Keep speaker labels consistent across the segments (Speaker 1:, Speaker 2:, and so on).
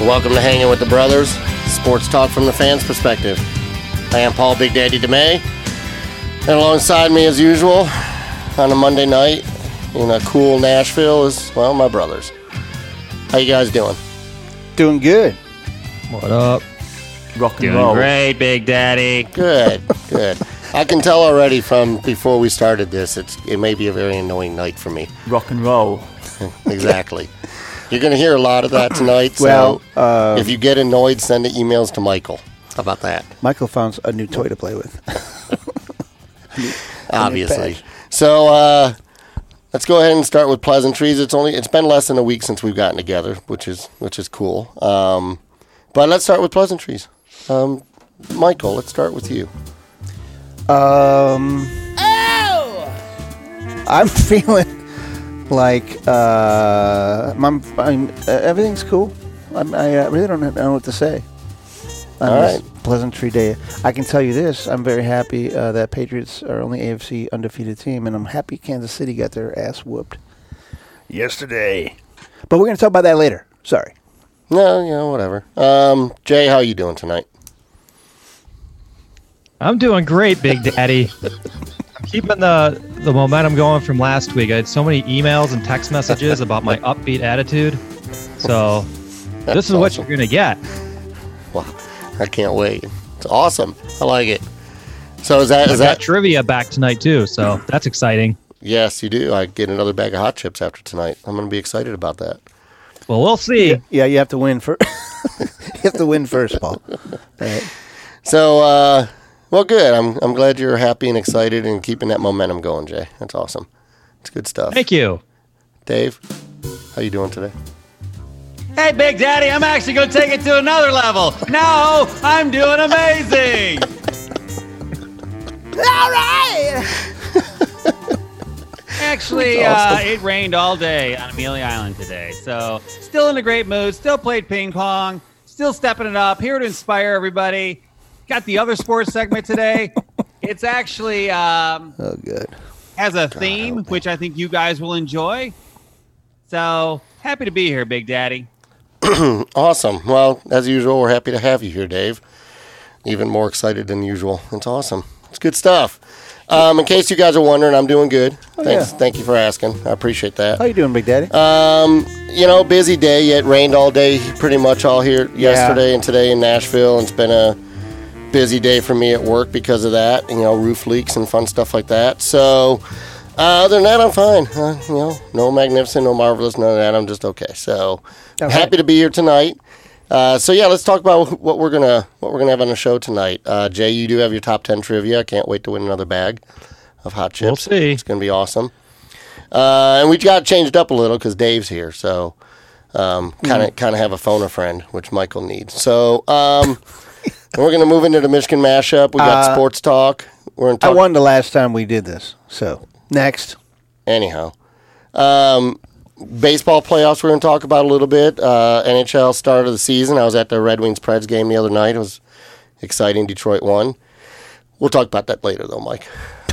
Speaker 1: Welcome to Hanging with the Brothers, sports talk from the fans' perspective. I am Paul Big Daddy DeMay, and alongside me, as usual, on a Monday night in a cool Nashville is, well, my brothers. How you guys doing?
Speaker 2: Doing good.
Speaker 3: What up?
Speaker 2: Rock and
Speaker 4: Doing
Speaker 2: roll.
Speaker 4: great, Big Daddy.
Speaker 1: Good, good. I can tell already from before we started this, it's, it may be a very annoying night for me.
Speaker 2: Rock and roll.
Speaker 1: Exactly. You're going to hear a lot of that tonight.
Speaker 2: Well,
Speaker 1: so if you get annoyed, send the emails to Michael. How about that?
Speaker 2: Michael found a new toy to play with.
Speaker 1: Obviously.
Speaker 2: patch.
Speaker 1: So uh, let's go ahead and start with pleasantries. It's only it's been less than a week since we've gotten together, which is which is cool. Um, but let's start with pleasantries. Um, Michael, let's start with you.
Speaker 2: Um, I'm feeling like uh, I'm, I'm, uh, everything's cool. I'm, I uh, really don't know what to say. on
Speaker 1: All
Speaker 2: this
Speaker 1: right.
Speaker 2: Pleasantry day. I can tell you this: I'm very happy uh, that Patriots are only AFC undefeated team, and I'm happy Kansas City got their ass whooped yesterday. But we're going to talk about that later. Sorry.
Speaker 1: No, you know, whatever. Um, Jay, how you doing tonight?
Speaker 3: I'm doing great, Big Daddy. I'm keeping the the momentum going from last week. I had so many emails and text messages about my upbeat attitude. So this is what
Speaker 1: awesome.
Speaker 3: you're gonna get.
Speaker 1: Wow, I can't wait. It's awesome. I like it. So is that
Speaker 3: I
Speaker 1: is
Speaker 3: got
Speaker 1: that
Speaker 3: trivia back tonight too, so that's exciting.
Speaker 1: Yes, you do. I get another bag of hot chips after tonight. I'm going to be excited about that.
Speaker 3: Well, we'll see.
Speaker 2: Yeah, you have to win first. you have to win first, Paul. Right.
Speaker 1: So, uh, well, good. I'm I'm glad you're happy and excited and keeping that momentum going, Jay. That's awesome. It's good stuff.
Speaker 3: Thank you.
Speaker 1: Dave. How you doing today?
Speaker 4: Hey, Big Daddy, I'm actually going to take it to another level. No, I'm doing amazing.
Speaker 2: All right.
Speaker 4: Actually,
Speaker 1: That's
Speaker 4: uh,
Speaker 1: awesome.
Speaker 4: it rained all day on Amelia Island today. So, still in a great mood, still played ping pong, still stepping it up, here to inspire everybody. Got the other sports segment today. It's actually um,
Speaker 2: Oh, good.
Speaker 4: has a theme, which I think you guys will enjoy. So, happy to be here, Big Daddy.
Speaker 1: Awesome. Well, as usual, we're happy to have you here, Dave. Even more excited than usual. It's awesome. It's good stuff. Um, in case you guys are wondering, I'm doing good.
Speaker 3: Oh,
Speaker 1: Thanks.
Speaker 2: yeah.
Speaker 1: Thank you for asking. I appreciate that.
Speaker 2: How you doing, Big Daddy?
Speaker 1: Um, you know, busy day. It rained all day, pretty much all here yesterday and today in Nashville. And it's been a busy day for me at work because of that. You know, roof leaks and fun stuff like that. So, uh, other than that, I'm fine. Uh, you know, no magnificent, no marvelous, none of that. I'm just okay. So,
Speaker 2: All
Speaker 1: happy
Speaker 2: right.
Speaker 1: to be here tonight. Uh, so yeah, let's talk about what we're gonna what we're gonna have on the show tonight. Uh, Jay, you do have your top ten trivia. I can't wait to win another bag of hot chips.
Speaker 3: We'll see.
Speaker 1: It's gonna be awesome. Uh, and we got changed up a little because Dave's here, so um, kind of kind of have a phone a friend, which Michael needs. So um, we're gonna move into the Michigan mashup. We got
Speaker 2: Uh,
Speaker 1: sports talk. We're in.
Speaker 2: I
Speaker 1: Talk-
Speaker 2: won the last time we did this. So next.
Speaker 1: anyhow. Um, baseball playoffs, we're going to talk about a little bit. Uh, NHL start of the season. I was at the Red Wings Preds game the other night. It was exciting. Detroit won. We'll talk about that later, though, Mike.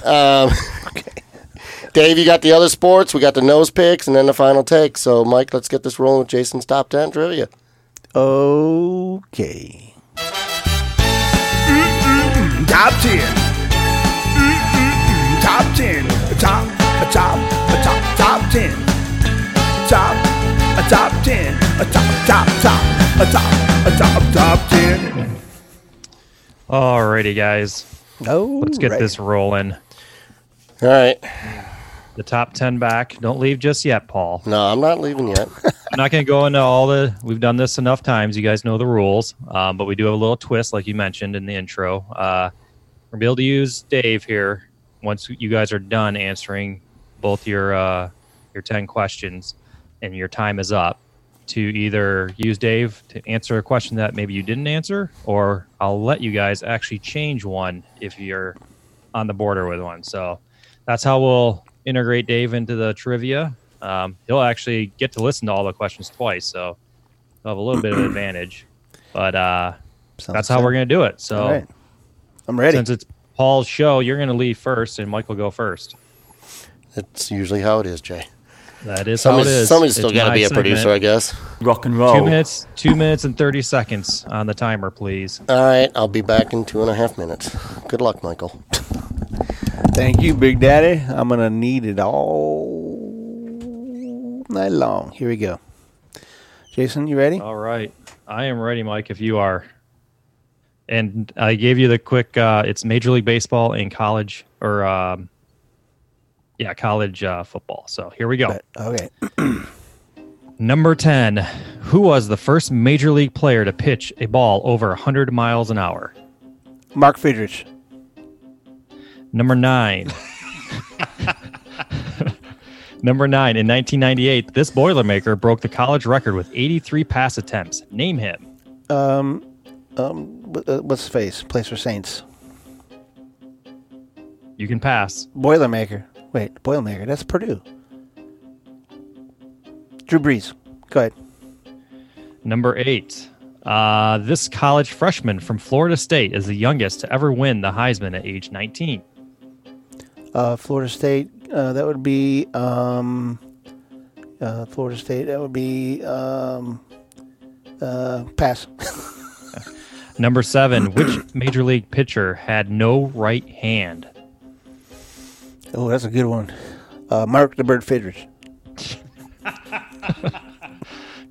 Speaker 1: Um, Dave, you got the other sports. We got the nose picks and then the final take. So, Mike, let's get this rolling with Jason's top 10 trivia.
Speaker 2: Okay.
Speaker 5: Top 10. Mm-mm-mm. Top 10. A top, a top, a top, top 10. Top, a top 10. A top, top, top, a top, a top, top 10.
Speaker 3: Alrighty, guys,
Speaker 2: Oh,
Speaker 3: let's get this rolling.
Speaker 1: All right.
Speaker 3: The top ten back. Don't leave just yet, Paul.
Speaker 1: No, I'm not leaving yet.
Speaker 3: I'm not going to go into all the. We've done this enough times. You guys know the rules, um, but we do have a little twist, like you mentioned in the intro. Uh, we'll be able to use Dave here once you guys are done answering both your uh, your ten questions, and your time is up. To either use Dave to answer a question that maybe you didn't answer, or I'll let you guys actually change one if you're on the border with one. So that's how we'll integrate Dave into the trivia. Um, he'll actually get to listen to all the questions twice, so he'll have a little bit of an advantage. But uh, that's how we're going to do it. So
Speaker 2: All right. I'm ready.
Speaker 3: since it's Paul's show, you're going to leave first, and Mike will go first.
Speaker 1: That's usually how it is, Jay.
Speaker 3: That is how it
Speaker 1: Somebody's,
Speaker 3: is.
Speaker 1: somebody's
Speaker 3: It's
Speaker 1: still got to
Speaker 3: my
Speaker 1: be a
Speaker 3: segment.
Speaker 1: producer, I guess.
Speaker 6: Rock and
Speaker 3: Two
Speaker 6: roll.
Speaker 3: minutes, two minutes and thirty seconds on the timer, please.
Speaker 1: All right, I'll be back in two and a half minutes. Good luck, Michael.
Speaker 2: Thank you, Big Daddy. I'm gonna need it all night long. Here we go. Jason, you ready?
Speaker 3: All right, I am ready, Mike. If you are, and I gave you the quick. Uh, it's Major League Baseball and college, or um, yeah, college uh, football. So here we go.
Speaker 2: Okay.
Speaker 3: Number ten. Who was the first major league player to pitch a ball over hundred miles an hour?
Speaker 2: Mark Friedrich.
Speaker 3: Number nine. Number nine. In 1998, this Boilermaker broke the college record with 83 pass attempts. Name him.
Speaker 2: Wh- uh, What's his face? Place for Saints.
Speaker 3: You can pass.
Speaker 2: Boilermaker. Wait, Boilermaker. That's Purdue. Drew Brees. Go ahead.
Speaker 3: Number eight. Uh, this college freshman from Florida State is the youngest to ever win the Heisman at age 19.
Speaker 2: Uh, Florida State. Uh, that would be um, uh, Florida State. That would be um, uh, pass.
Speaker 3: Number seven. Which major league pitcher had no right hand?
Speaker 2: oh, that's a good one. Uh, Mark the Bird Friedrich.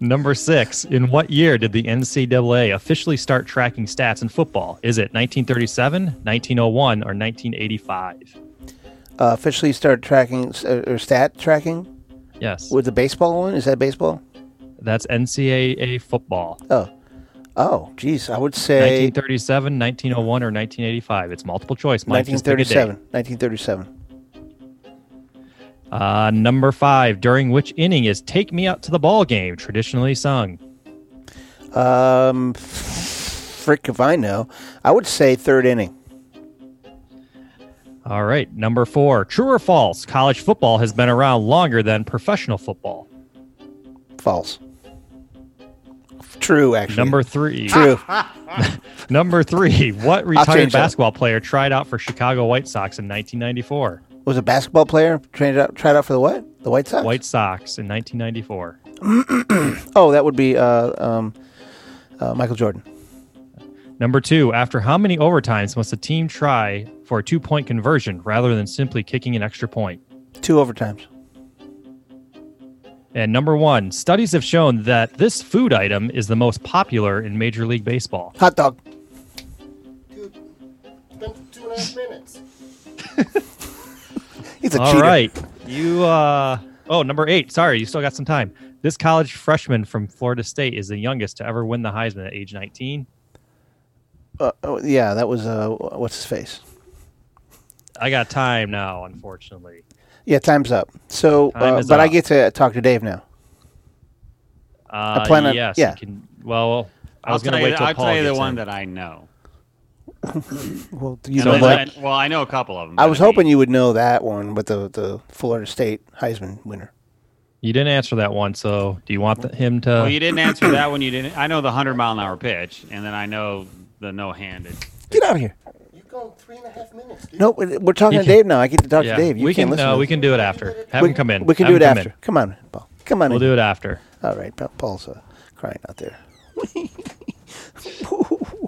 Speaker 3: Number six. In what year did the NCAA officially start tracking stats in football? Is it 1937, 1901, or 1985?
Speaker 2: Uh, officially started tracking s- uh, or stat tracking
Speaker 3: Yes.
Speaker 2: with the baseball one. Is that baseball?
Speaker 3: That's NCAA football.
Speaker 2: Oh, oh, geez. I would say
Speaker 3: 1937, 1901, or 1985. It's multiple choice. Mike, just pick a date.
Speaker 2: 1937. 1937.
Speaker 3: Uh, number five. During which inning is "Take Me Out to the Ball Game" traditionally sung?
Speaker 2: Um, frick if I know. I would say third inning.
Speaker 3: All right. Number four. True or false? College football has been around longer than professional football.
Speaker 2: False. True, actually.
Speaker 3: Number three.
Speaker 2: True.
Speaker 3: Number three. What
Speaker 2: change
Speaker 3: retired
Speaker 2: that.
Speaker 3: basketball player tried out for Chicago White Sox in 1994?
Speaker 2: was a basketball player trained out tried out for the what? The White Sox.
Speaker 3: White Sox in 1994.
Speaker 2: Oh, that would be uh, um, uh, Michael Jordan.
Speaker 3: Number two, after how many overtimes must a team try for a two point conversion rather than simply kicking an extra point?
Speaker 2: Two overtimes.
Speaker 3: And number one, studies have shown that this food item is the most popular in Major League Baseball.
Speaker 2: Hot dog.
Speaker 1: two and a half minutes.
Speaker 2: He's a
Speaker 3: All
Speaker 2: cheater.
Speaker 3: right. You, uh, oh, number eight. Sorry, you still got some time. This college freshman from Florida State is the youngest to ever win the Heisman at age 19.
Speaker 2: Uh, oh, yeah, that was uh, what's his face?
Speaker 3: I got time now, unfortunately.
Speaker 2: Yeah, time's up. So,
Speaker 3: Time
Speaker 2: uh,
Speaker 3: is
Speaker 2: but I
Speaker 3: up.
Speaker 2: get to talk to Dave now.
Speaker 3: Uh,
Speaker 2: plan on-
Speaker 3: yes,
Speaker 2: yeah.
Speaker 3: you can, well, I
Speaker 4: I'll
Speaker 3: was going
Speaker 4: tell
Speaker 3: to
Speaker 4: you-
Speaker 3: wait till
Speaker 4: I'll
Speaker 3: Paul
Speaker 4: tell you the
Speaker 3: gets
Speaker 4: one
Speaker 3: in.
Speaker 4: that I know.
Speaker 2: Well, do you
Speaker 4: And
Speaker 2: know
Speaker 4: then-
Speaker 2: that?
Speaker 4: well, I know a couple of them.
Speaker 2: I was hoping you would know that one with the the Florida State Heisman winner.
Speaker 3: You didn't answer that one, so do you want the, him to?
Speaker 4: Well, you didn't answer that one. You didn't. I know the hundred mile an hour pitch, and then I know the no handed.
Speaker 2: Get out of here.
Speaker 1: You go three and a half minutes, dude.
Speaker 2: No, we- we're talking
Speaker 3: You
Speaker 2: to
Speaker 3: can-
Speaker 2: Dave now. I get to talk
Speaker 3: yeah,
Speaker 2: to Dave. You
Speaker 3: we
Speaker 2: can't
Speaker 3: can.
Speaker 2: listen.
Speaker 3: No,
Speaker 2: to
Speaker 3: we
Speaker 2: him.
Speaker 3: can do it after. Have
Speaker 2: we,
Speaker 3: him come in.
Speaker 2: We can
Speaker 3: Have
Speaker 2: do it
Speaker 3: him come
Speaker 2: after.
Speaker 3: in.
Speaker 2: Come on, Paul. Come on.
Speaker 3: We'll
Speaker 2: in.
Speaker 3: do it after.
Speaker 2: All right, Pa- Paul's uh, crying out there.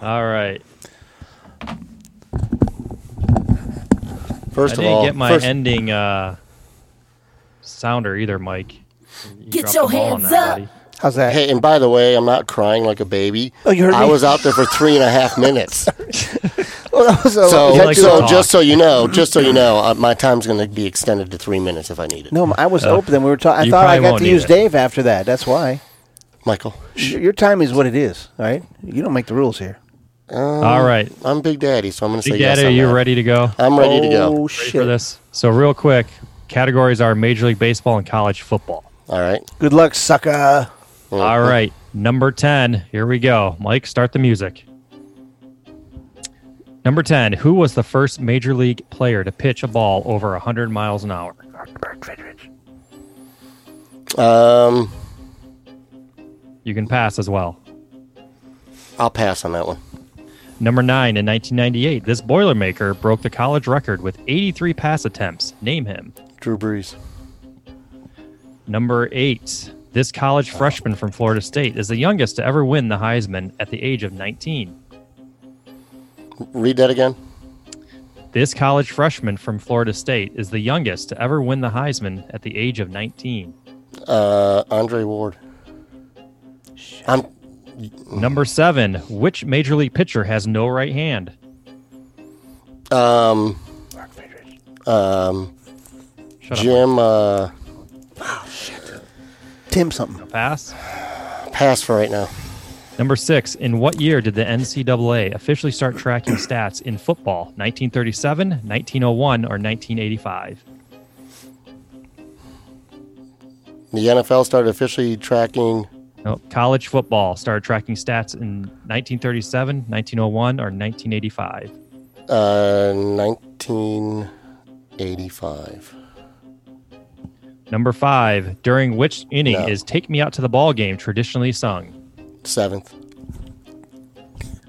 Speaker 3: All right. I
Speaker 1: First of
Speaker 3: didn't
Speaker 1: all,
Speaker 3: get my
Speaker 1: first,
Speaker 3: ending uh, sounder either, Mike. You
Speaker 7: Get
Speaker 3: dropped
Speaker 7: your
Speaker 3: the ball on
Speaker 7: hands
Speaker 3: that,
Speaker 7: up.
Speaker 3: buddy.
Speaker 2: How's that?
Speaker 1: hey, and by the way, I'm not crying like a baby.
Speaker 2: Oh, you heard
Speaker 1: I
Speaker 2: me?
Speaker 1: was out there for three and a half minutes.
Speaker 2: Well, that was a-
Speaker 1: So,
Speaker 2: is that
Speaker 3: likes
Speaker 2: too-
Speaker 3: to
Speaker 1: so
Speaker 3: talk.
Speaker 1: just so you know, just so you know, uh, my time's going to be extended to three minutes if I need it.
Speaker 2: no, I was open. Then we were talking. I
Speaker 3: uh, you
Speaker 2: thought I
Speaker 3: probably
Speaker 2: got
Speaker 3: won't
Speaker 2: to
Speaker 3: need
Speaker 2: use
Speaker 3: it.
Speaker 2: Dave after that. That's why.
Speaker 1: Michael,
Speaker 2: Your your time is what it is. All right. You don't make the rules here.
Speaker 3: All right,
Speaker 1: I'm Big Daddy, so I'm going to say
Speaker 3: Big
Speaker 1: yes.
Speaker 3: Daddy,
Speaker 1: on
Speaker 3: you
Speaker 1: that.
Speaker 3: ready to go
Speaker 1: I'm ready to
Speaker 2: Oh
Speaker 1: go.
Speaker 2: shit!
Speaker 3: for this? So real quick, categories are Major League Baseball and college football.
Speaker 1: All right.
Speaker 2: Good luck, sucker.
Speaker 3: Oh. All right, number 10. Here we go. Mike, start the music. Number 10. Who was the first major league player to pitch a ball over 100 miles an hour?
Speaker 1: Um,
Speaker 3: You can pass as well.
Speaker 1: I'll pass on that one.
Speaker 3: Number 9. In 1998, this Boilermaker broke the college record with 83 pass attempts. Name him.
Speaker 1: Drew Brees.
Speaker 3: Number eight. This college freshman from Florida State is the youngest to ever win the Heisman at the age of 19.
Speaker 1: Read that again.
Speaker 3: This college freshman from Florida State is the youngest to ever win the Heisman at the age of 19.
Speaker 1: Uh, Andre Ward. I'm
Speaker 3: Number seven. Which major league pitcher has no right hand?
Speaker 1: um um
Speaker 3: Shut up.
Speaker 1: Jim uh,
Speaker 2: Tim something.
Speaker 3: Pass.
Speaker 1: pass for right now.
Speaker 3: Number six. In what year did the NCAA officially start tracking stats in football? 1937, 1901, or 1985?
Speaker 1: The NFL started officially tracking.
Speaker 3: No, college football started tracking stats in 1937, 1901, or 1985.
Speaker 1: Uh, 1985.
Speaker 3: Number five, during which inning
Speaker 1: No.
Speaker 3: is Take Me Out to the Ball Game traditionally sung?
Speaker 1: Seventh.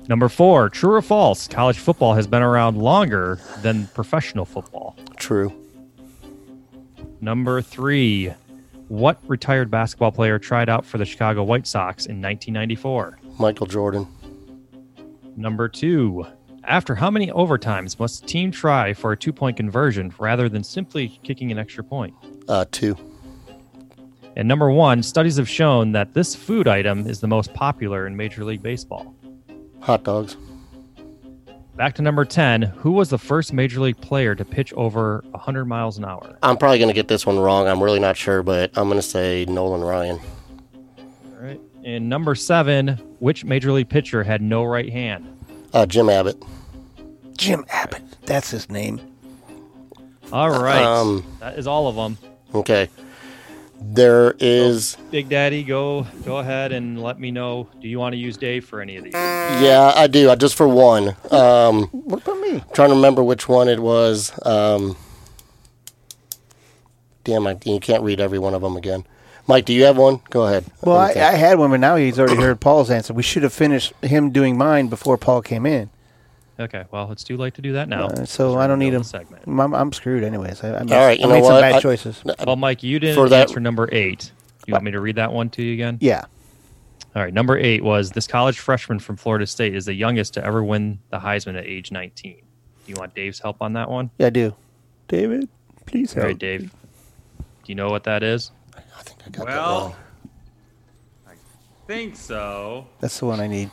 Speaker 3: Number four, true or false, college football has been around longer than professional football.
Speaker 1: True.
Speaker 3: Number three, what retired basketball player tried out for the Chicago White Sox in 1994?
Speaker 1: Michael Jordan.
Speaker 3: Number two, after how many overtimes must a team try for a two point conversion rather than simply kicking an extra point?
Speaker 1: Uh, two.
Speaker 3: And number one, studies have shown that this food item is the most popular in Major League Baseball.
Speaker 1: Hot dogs.
Speaker 3: Back to number 10, who was the first Major League player to pitch over 100 miles an hour?
Speaker 1: I'm probably gonna get this one wrong. I'm really not sure, but I'm gonna say Nolan Ryan.
Speaker 3: All right. And number seven, which Major League pitcher had no right hand?
Speaker 1: Uh, Jim Abbott.
Speaker 2: Jim Abbott. That's his name.
Speaker 3: All right.
Speaker 1: Um,
Speaker 3: that is all of them.
Speaker 1: Okay. There is.
Speaker 3: Big Daddy, go go ahead and let me know. Do you want to use Dave for any of these?
Speaker 1: Yeah, I do. I just for one. Um,
Speaker 2: What about me?
Speaker 1: trying to remember which one it was. Um, damn, I, you can't read every one of them again. Mike, do you have one? Go ahead.
Speaker 2: Well, I,
Speaker 1: Let me
Speaker 2: I
Speaker 1: think.
Speaker 2: had one, but now he's already heard Paul's answer. We should have finished him doing mine before Paul came in.
Speaker 3: Okay. Well, it's too late to do that now.
Speaker 2: Uh, so I don't need him.
Speaker 3: Segment.
Speaker 2: I'm, I'm screwed anyways. I, I made,
Speaker 1: right, you
Speaker 2: I
Speaker 1: know
Speaker 2: made some
Speaker 1: what?
Speaker 2: bad
Speaker 1: I-
Speaker 2: choices.
Speaker 3: Well, Mike, you didn't
Speaker 1: For that-
Speaker 3: answer number eight. You want me to read that one to you again?
Speaker 2: yeah.
Speaker 3: All right. Number eight was this college freshman from Florida State is the youngest to ever win the Heisman at age 19. Do you want Dave's help on that one?
Speaker 2: Yeah, I do. David, please
Speaker 3: All
Speaker 2: help.
Speaker 3: right, Dave. Do you know what that is?
Speaker 1: I think I got that
Speaker 4: Well,
Speaker 1: wrong.
Speaker 4: think so.
Speaker 2: That's the one I need.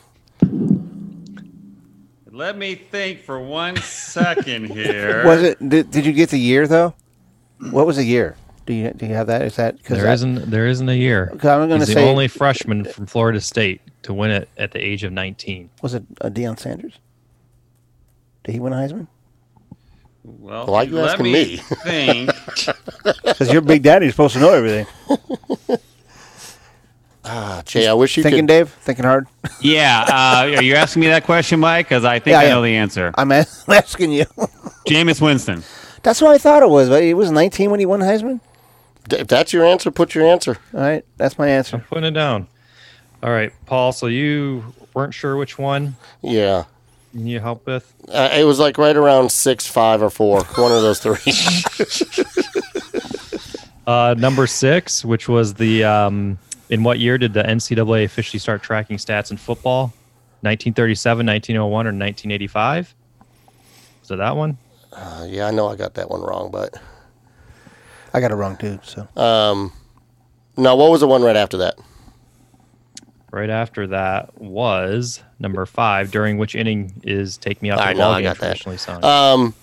Speaker 4: Let me think for one second here.
Speaker 2: Was it? Did, did you get the year though? What was the year? Do you do you have that? Is that because
Speaker 3: There isn't. There isn't a year.
Speaker 2: Okay, I'm gonna
Speaker 3: He's the
Speaker 2: say-
Speaker 3: only freshman from Florida State to win it at the age of 19.
Speaker 2: was it uh, Deion Sanders? Did he win a Heisman?
Speaker 4: Well,
Speaker 1: Why are you
Speaker 4: let
Speaker 1: asking me?
Speaker 4: think.
Speaker 2: Because your big daddy's supposed to know everything.
Speaker 1: Ah, Jay, I wish you
Speaker 2: Thinking,
Speaker 1: could.
Speaker 2: Dave. Thinking hard.
Speaker 4: yeah, uh, are you asking me that question, Mike? Because I think
Speaker 2: Yeah,
Speaker 4: I
Speaker 2: I
Speaker 4: know
Speaker 2: am.
Speaker 4: the answer.
Speaker 2: I'm a- asking you.
Speaker 4: Jameis Winston.
Speaker 2: That's what I thought it was. But it was 19 when he won Heisman.
Speaker 1: D- if that's your answer, put your answer.
Speaker 2: All right, that's my answer.
Speaker 3: Putting it down. All right, Paul. So you weren't sure which one
Speaker 1: Yeah.
Speaker 3: Can you help with?
Speaker 1: Uh, it was like right around six, five, or four. One of those three.
Speaker 3: Uh, number six, which was the um, in what year did the NCAA officially start tracking stats in football? 1937, 1901, or 1985? So that one.
Speaker 1: Uh, yeah, I know I got that one wrong, but
Speaker 2: I got it wrong too. So
Speaker 1: no. What was the one right after that?
Speaker 3: Right after that was number five. During which inning is "Take Me Out"? to
Speaker 1: I
Speaker 3: the
Speaker 1: know,
Speaker 3: Ball
Speaker 1: I
Speaker 3: Game
Speaker 1: got that.
Speaker 3: traditionally sung.
Speaker 1: Um,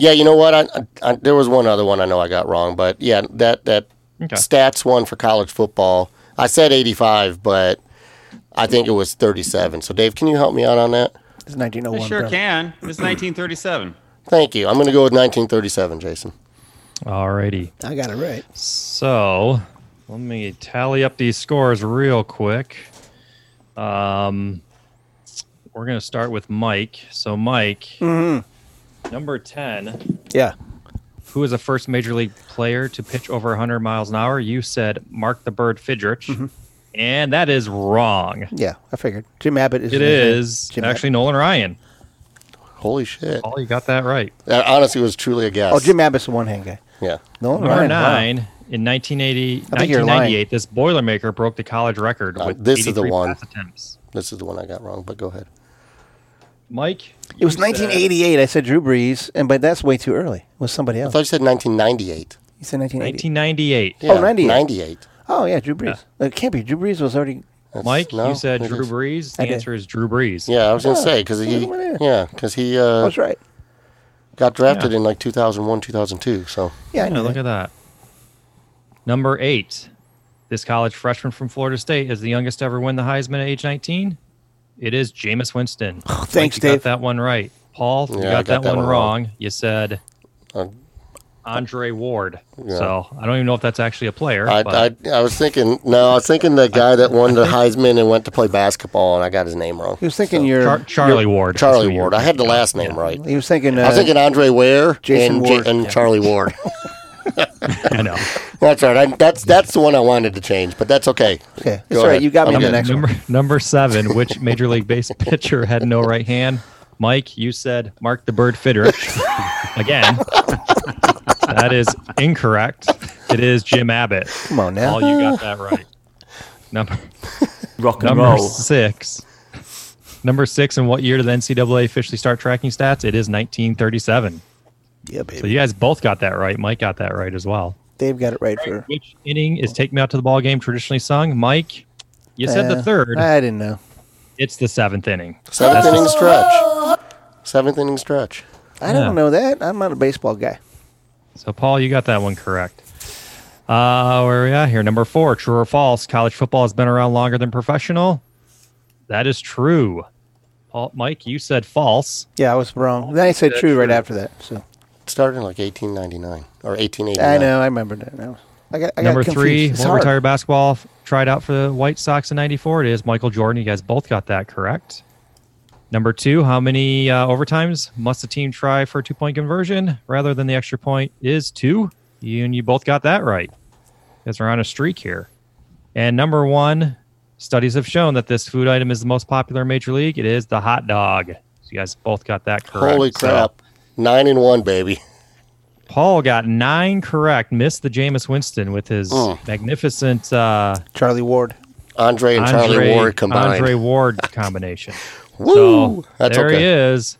Speaker 1: yeah, you know what? I, I, I there was one other one I know I got wrong, but yeah, that that
Speaker 3: Okay.
Speaker 1: stats one for college football. I said eighty-five, but I think it was thirty-seven. So, Dave, can you help me out on that?
Speaker 2: it's
Speaker 4: I
Speaker 2: 1901.
Speaker 4: sure
Speaker 2: bro.
Speaker 4: can. It's 1937.
Speaker 1: Thank you. I'm going to go with nineteen thirty-seven, Jason.
Speaker 3: Alrighty.
Speaker 2: I got it right.
Speaker 3: So let me tally up these scores real quick. Um, we're going to start with Mike. So, Mike,
Speaker 2: Mm-hmm.
Speaker 3: number 10,
Speaker 2: Yeah.
Speaker 3: who is the first major league player to pitch over 100 miles an hour? You said Mark the Bird Fidrich,
Speaker 2: Mm-hmm.
Speaker 3: and that is wrong.
Speaker 2: Yeah, I figured. Jim Abbott is.
Speaker 3: It is actually Nolan Ryan.
Speaker 1: Holy shit!
Speaker 3: Paul, you got that right.
Speaker 1: That honestly was truly a guess.
Speaker 2: Oh, Abbott. Oh, Jim Abbott's the one hand guy.
Speaker 1: Yeah.
Speaker 2: No,
Speaker 3: Number
Speaker 2: Ryan, wow.
Speaker 3: nine in 1980,
Speaker 2: I think you're lying.
Speaker 3: 1998, this Boilermaker broke the college record
Speaker 1: Uh,
Speaker 3: with
Speaker 1: this is the
Speaker 3: 83
Speaker 1: one.
Speaker 3: pass attempts.
Speaker 1: This is the one I got wrong, but go ahead.
Speaker 3: Mike,
Speaker 2: It was
Speaker 3: you said-
Speaker 2: 1988. I said Drew Brees, and but that's way too early. It was somebody
Speaker 1: I
Speaker 2: else?
Speaker 1: thought you said 1998.
Speaker 2: You said 1988.
Speaker 3: 1998.
Speaker 1: Yeah,
Speaker 2: 98.
Speaker 1: 98.
Speaker 2: Oh yeah, Drew Brees. It can't be. Drew Brees was already.
Speaker 1: That's-
Speaker 3: Mike,
Speaker 1: no,
Speaker 3: you said
Speaker 1: it
Speaker 3: Drew
Speaker 1: is.
Speaker 3: Brees.
Speaker 2: I
Speaker 3: The
Speaker 2: did.
Speaker 3: answer is Drew Brees.
Speaker 1: Yeah, I was gonna
Speaker 2: Yeah,
Speaker 1: say because he,
Speaker 2: look at it.
Speaker 1: yeah, because he uh,
Speaker 2: I was right.
Speaker 1: got drafted
Speaker 3: Yeah.
Speaker 1: in like 2001, 2002. So
Speaker 2: Yeah, I
Speaker 3: Yeah,
Speaker 2: know.
Speaker 3: Oh, look
Speaker 2: that.
Speaker 3: at that. Number eight. This college freshman from Florida State is the youngest to ever win the Heisman at age 19. It is Jameis Winston.
Speaker 2: thanks,
Speaker 3: Mike, you
Speaker 2: Dave.
Speaker 3: Got that one right. Paul, you
Speaker 1: Oh, Yeah, I
Speaker 3: got, that, one,
Speaker 1: wrong.
Speaker 3: wrong. You said
Speaker 1: Uh,
Speaker 3: Andre Ward.
Speaker 1: yeah.
Speaker 3: So I don't even know if that's actually a player.
Speaker 1: I,
Speaker 3: but
Speaker 1: I, I was thinking, no, I was thinking the guy that won the Heisman and went to play basketball, and I got his name wrong.
Speaker 2: He was thinking your.
Speaker 3: Char- Charlie Ward. is who
Speaker 1: Charlie
Speaker 3: you were
Speaker 1: Ward. I had the
Speaker 3: thinking of.
Speaker 1: last name
Speaker 3: Yeah,
Speaker 1: right.
Speaker 2: he was thinking. Uh,
Speaker 1: I was thinking Andre Ware
Speaker 2: Jason
Speaker 1: and, Ja-
Speaker 2: Ward.
Speaker 1: and Charlie Ward.
Speaker 3: I know.
Speaker 1: that's right. I, that's that's the one I wanted to change, but that's okay.
Speaker 2: Okay,
Speaker 1: Go
Speaker 2: that's all right.
Speaker 1: ahead.
Speaker 2: You got me
Speaker 1: I'm
Speaker 2: on the
Speaker 1: good.
Speaker 2: next
Speaker 3: number,
Speaker 2: one.
Speaker 3: number seven, which Major League Base pitcher had no right hand? Mike, you said Mark the Bird Fitterich. Again, that is incorrect. It is Jim Abbott.
Speaker 2: Come on now.
Speaker 3: Paul, you got that right. Number
Speaker 6: Rock and
Speaker 3: number
Speaker 6: roll.
Speaker 3: six. Number six, and what year did the NCAA officially start tracking stats? It is 1937.
Speaker 2: Yeah,
Speaker 3: So
Speaker 2: baby.
Speaker 3: you guys both got that right. Mike got that right as well.
Speaker 2: Dave got it right for.
Speaker 3: Which inning is "Take Me Out to the Ball Game" traditionally sung? Mike, you said
Speaker 2: Uh,
Speaker 3: the third.
Speaker 2: I didn't know.
Speaker 3: It's the seventh inning.
Speaker 1: Seventh
Speaker 3: That's-
Speaker 1: inning stretch. Seventh inning stretch.
Speaker 2: I don't
Speaker 3: Yeah.
Speaker 2: know that. I'm not a baseball guy.
Speaker 3: So, Paul, you got that one correct. Uh, where are we at here? Number four, true or false? College football has been around longer than professional. That is true. Paul, Mike, you said false.
Speaker 2: Yeah, I was wrong. Then I said
Speaker 3: Yeah,
Speaker 2: true right
Speaker 3: true.
Speaker 2: after that. So
Speaker 1: It started in like 1899 or 1889.
Speaker 2: I know. I remember that now. I got. I
Speaker 3: Number
Speaker 2: got
Speaker 3: three,
Speaker 2: confused. It's
Speaker 3: what
Speaker 2: hard.
Speaker 3: retired basketball f- tried out for the White Sox in '94? It is Michael Jordan. You guys both got that correct. Number two, how many uh, overtimes must a team try for a two point conversion rather than the extra point is two? You and you both got that right. Because we're on a streak here. And number one, studies have shown that this food item is the most popular in Major League. It is the hot dog. So you guys both got that correct.
Speaker 1: Holy
Speaker 3: So-
Speaker 1: crap! Nine and one, baby.
Speaker 3: Paul got nine correct, missed the Jameis Winston with his
Speaker 1: Oh.
Speaker 3: magnificent uh,
Speaker 2: Charlie Ward.
Speaker 1: Andre and Charlie
Speaker 3: Andre,
Speaker 1: Ward combined.
Speaker 3: Andre Ward combination.
Speaker 1: Woo!
Speaker 3: so
Speaker 1: That's
Speaker 3: there
Speaker 1: okay.
Speaker 3: he is,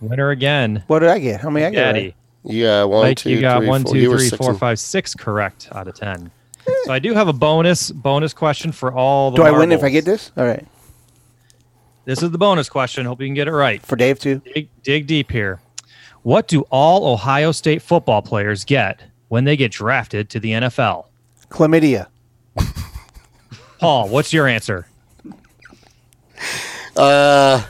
Speaker 3: winner again.
Speaker 2: What did I get? How many I got? right?
Speaker 3: Daddy,
Speaker 1: Yeah, one,
Speaker 3: Mike,
Speaker 1: two,
Speaker 3: you got
Speaker 1: three,
Speaker 3: one,
Speaker 1: four.
Speaker 3: two,
Speaker 1: You were
Speaker 3: three,
Speaker 1: six
Speaker 3: four,
Speaker 1: and-
Speaker 3: five, six correct out of ten. So I do have a bonus bonus question for all. The
Speaker 2: Do I win if I
Speaker 3: marbles.
Speaker 2: get this? All right.
Speaker 3: This is the bonus question. Hope you can get it right.
Speaker 2: For Dave too.
Speaker 3: Dig, dig deep here. What do all Ohio State football players get when they get drafted to the NFL?
Speaker 2: Chlamydia.
Speaker 3: Paul, what's your answer?
Speaker 1: Uh,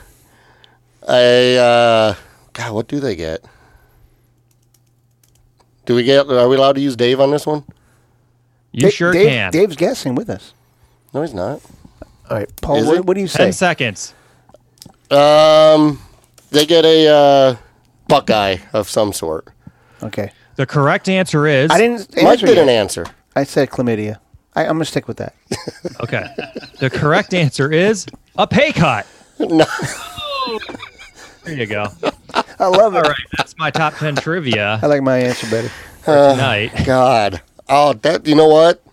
Speaker 1: I uh, God, what do they get? Do we get? Are we allowed to use Dave on this one?
Speaker 3: You
Speaker 2: Da-
Speaker 3: sure
Speaker 2: Dave,
Speaker 3: can.
Speaker 2: Dave's guessing with us.
Speaker 1: No, he's not.
Speaker 2: All right, Paul.
Speaker 1: Is
Speaker 2: What,
Speaker 1: it?
Speaker 2: what do you say?
Speaker 3: Ten seconds.
Speaker 1: Um, they get a uh, Buckeye of some sort.
Speaker 2: Okay.
Speaker 3: The correct answer is
Speaker 2: I didn't
Speaker 1: Mike
Speaker 2: answer
Speaker 1: didn't
Speaker 2: yet.
Speaker 1: answer.
Speaker 2: I said chlamydia. I, I'm gonna stick with that.
Speaker 3: Okay. The correct answer is a pay cut.
Speaker 1: No.
Speaker 3: There you go.
Speaker 2: I love it.
Speaker 3: All right, that's my top ten trivia
Speaker 2: I like my answer better.
Speaker 3: for
Speaker 1: Uh,
Speaker 3: tonight.
Speaker 1: God. Oh, that. You know what?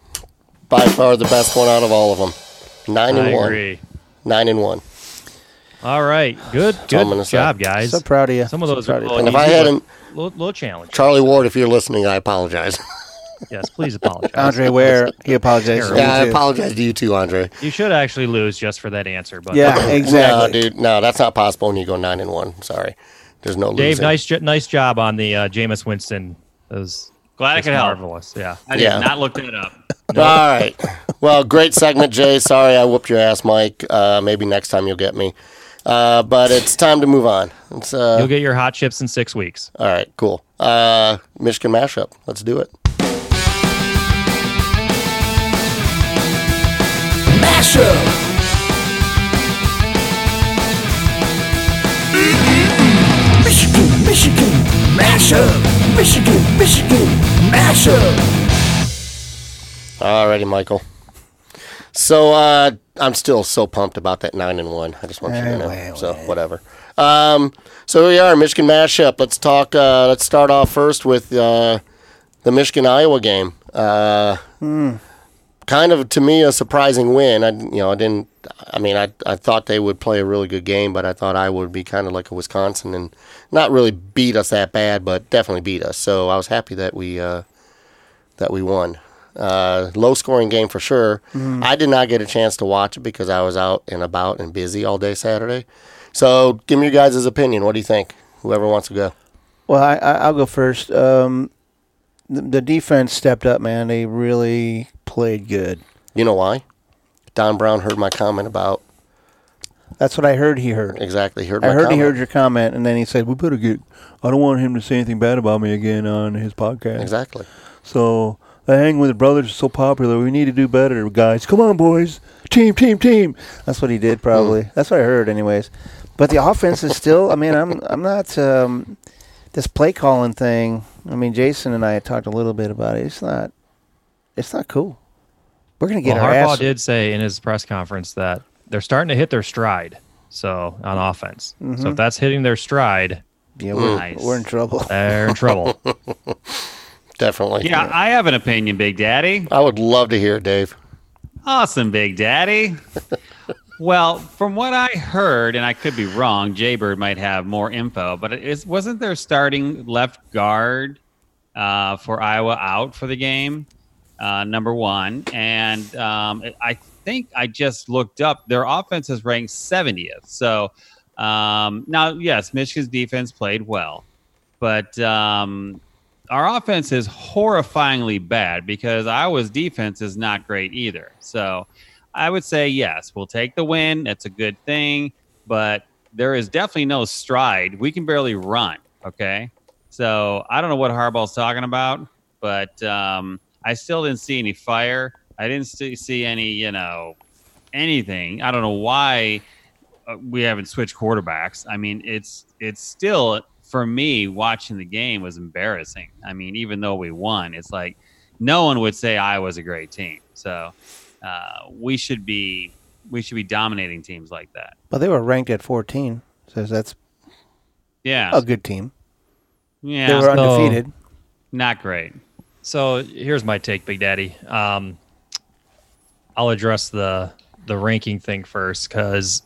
Speaker 1: By far the best one out of all of them. Nine
Speaker 3: I
Speaker 1: and one.
Speaker 3: agree.
Speaker 1: Nine and one.
Speaker 3: All right, good,
Speaker 1: all I'm gonna
Speaker 3: good
Speaker 1: say.
Speaker 3: job, guys.
Speaker 2: So proud of you.
Speaker 3: Some of those
Speaker 2: so
Speaker 3: are
Speaker 2: proud
Speaker 3: little,
Speaker 1: And if I
Speaker 3: easy, but
Speaker 1: hadn't-
Speaker 3: little, little challenge.
Speaker 1: Charlie Ward, if you're listening, I apologize.
Speaker 3: Yes, please apologize.
Speaker 2: Andre Ware. He apologized. to
Speaker 3: Yeah,
Speaker 2: me,
Speaker 1: yeah, I
Speaker 2: too.
Speaker 1: apologize to you too, Andre.
Speaker 3: You should actually lose just for that answer. But
Speaker 2: Yeah, exactly.
Speaker 1: No, dude, no, that's not possible when you go nine and one. Sorry, there's no
Speaker 3: Dave,
Speaker 1: losing.
Speaker 3: nice, jo- nice job on the uh, Jameis Winston. That was
Speaker 4: Glad I
Speaker 3: that's
Speaker 4: could help.
Speaker 3: marvelous. Yeah.
Speaker 4: I did
Speaker 1: Yeah.
Speaker 4: not look that up.
Speaker 1: All right, well, great segment, Jay. Sorry, I whooped your ass, Mike. Uh, maybe next time you'll get me. Uh, but it's time to move on. It's,
Speaker 3: You'll
Speaker 1: uh,
Speaker 3: get your hot chips in six weeks.
Speaker 1: all right, cool. Uh, Michigan mashup. Let's do it.
Speaker 5: Mashup. Michigan, Michigan, mashup. Michigan, Michigan, mashup.
Speaker 1: Alrighty, Michael. So uh, I'm still so pumped about that nine and one. I just want you to know. so whatever. Um, so here we are, Michigan mashup. Let's talk. Uh, let's start off first with uh, the Michigan Iowa game. Uh, Kind of to me a surprising win. I you know I didn't. I mean I I thought they would play a really good game, but I thought I would be kind of like a Wisconsin and not really beat us that bad, but definitely beat us. So I was happy that we uh, that we won. Uh, low scoring game for sure.
Speaker 2: Mm-hmm.
Speaker 1: I did not get a chance to watch it because I was out and about and busy all day Saturday. So give me your guys' opinion. What do you think? Whoever wants to go.
Speaker 2: Well, I, I, I'll go first. Um, the, the defense stepped up, man. They really played good.
Speaker 1: You know why? Don Brown heard my comment about
Speaker 2: That's what I heard. He heard.
Speaker 1: exactly heard.
Speaker 2: I
Speaker 1: my
Speaker 2: heard he
Speaker 1: comment.
Speaker 2: heard your comment, and then he said, "We better get." I don't want him to say anything bad about me again on his podcast.
Speaker 1: exactly.
Speaker 2: So the hang with the brothers is so popular. We need to do better, guys. Come on, boys. Team, team, team. That's what he did, probably. That's what I heard, anyways. But the offense is still. I mean, I'm I'm not um, this play calling thing. I mean, Jason and I had talked a little bit about it. It's not. It's not cool. We're gonna get
Speaker 3: Well,
Speaker 2: our
Speaker 3: Harbaugh
Speaker 2: ass.
Speaker 3: did say in his press conference that they're starting to hit their stride. So on offense,
Speaker 2: Mm-hmm.
Speaker 3: so if that's hitting their stride,
Speaker 2: Yeah, we're,
Speaker 4: Nice.
Speaker 2: we're in trouble.
Speaker 3: they're in trouble.
Speaker 1: Definitely.
Speaker 4: Yeah, I have an opinion, Big Daddy.
Speaker 1: I would love to hear it, Dave.
Speaker 4: Awesome, Big Daddy. well, from what I heard, and I could be wrong, Jaybird might have more info, but it is, wasn't their starting left guard uh, for Iowa out for the game, uh, number one. And um, I think I just looked up, their offense is ranked 70th. So um, now, yes, Michigan's defense played well, but um, our offense is horrifyingly bad because Iowa's defense is not great either. So I would say, yes, we'll take the win. That's a good thing. But there is definitely no stride. We can barely run. Okay. So I don't know what Harbaugh's talking about, but um, I still didn't see any fire. I didn't see- see any, you know, anything. I don't know why uh, we haven't switched quarterbacks. I mean, it's it's still for me watching the game was embarrassing. I mean, even though we won, it's like no one would say Iowa's a great team. So uh, we should be we should be dominating teams like that.
Speaker 2: But they were ranked at 14, so that's
Speaker 4: Yeah,
Speaker 2: a good team.
Speaker 4: yeah,
Speaker 2: Oh, They were
Speaker 3: so-
Speaker 2: undefeated.
Speaker 4: not great.
Speaker 3: So here's my take, Big Daddy. Um, I'll address the the ranking thing first, because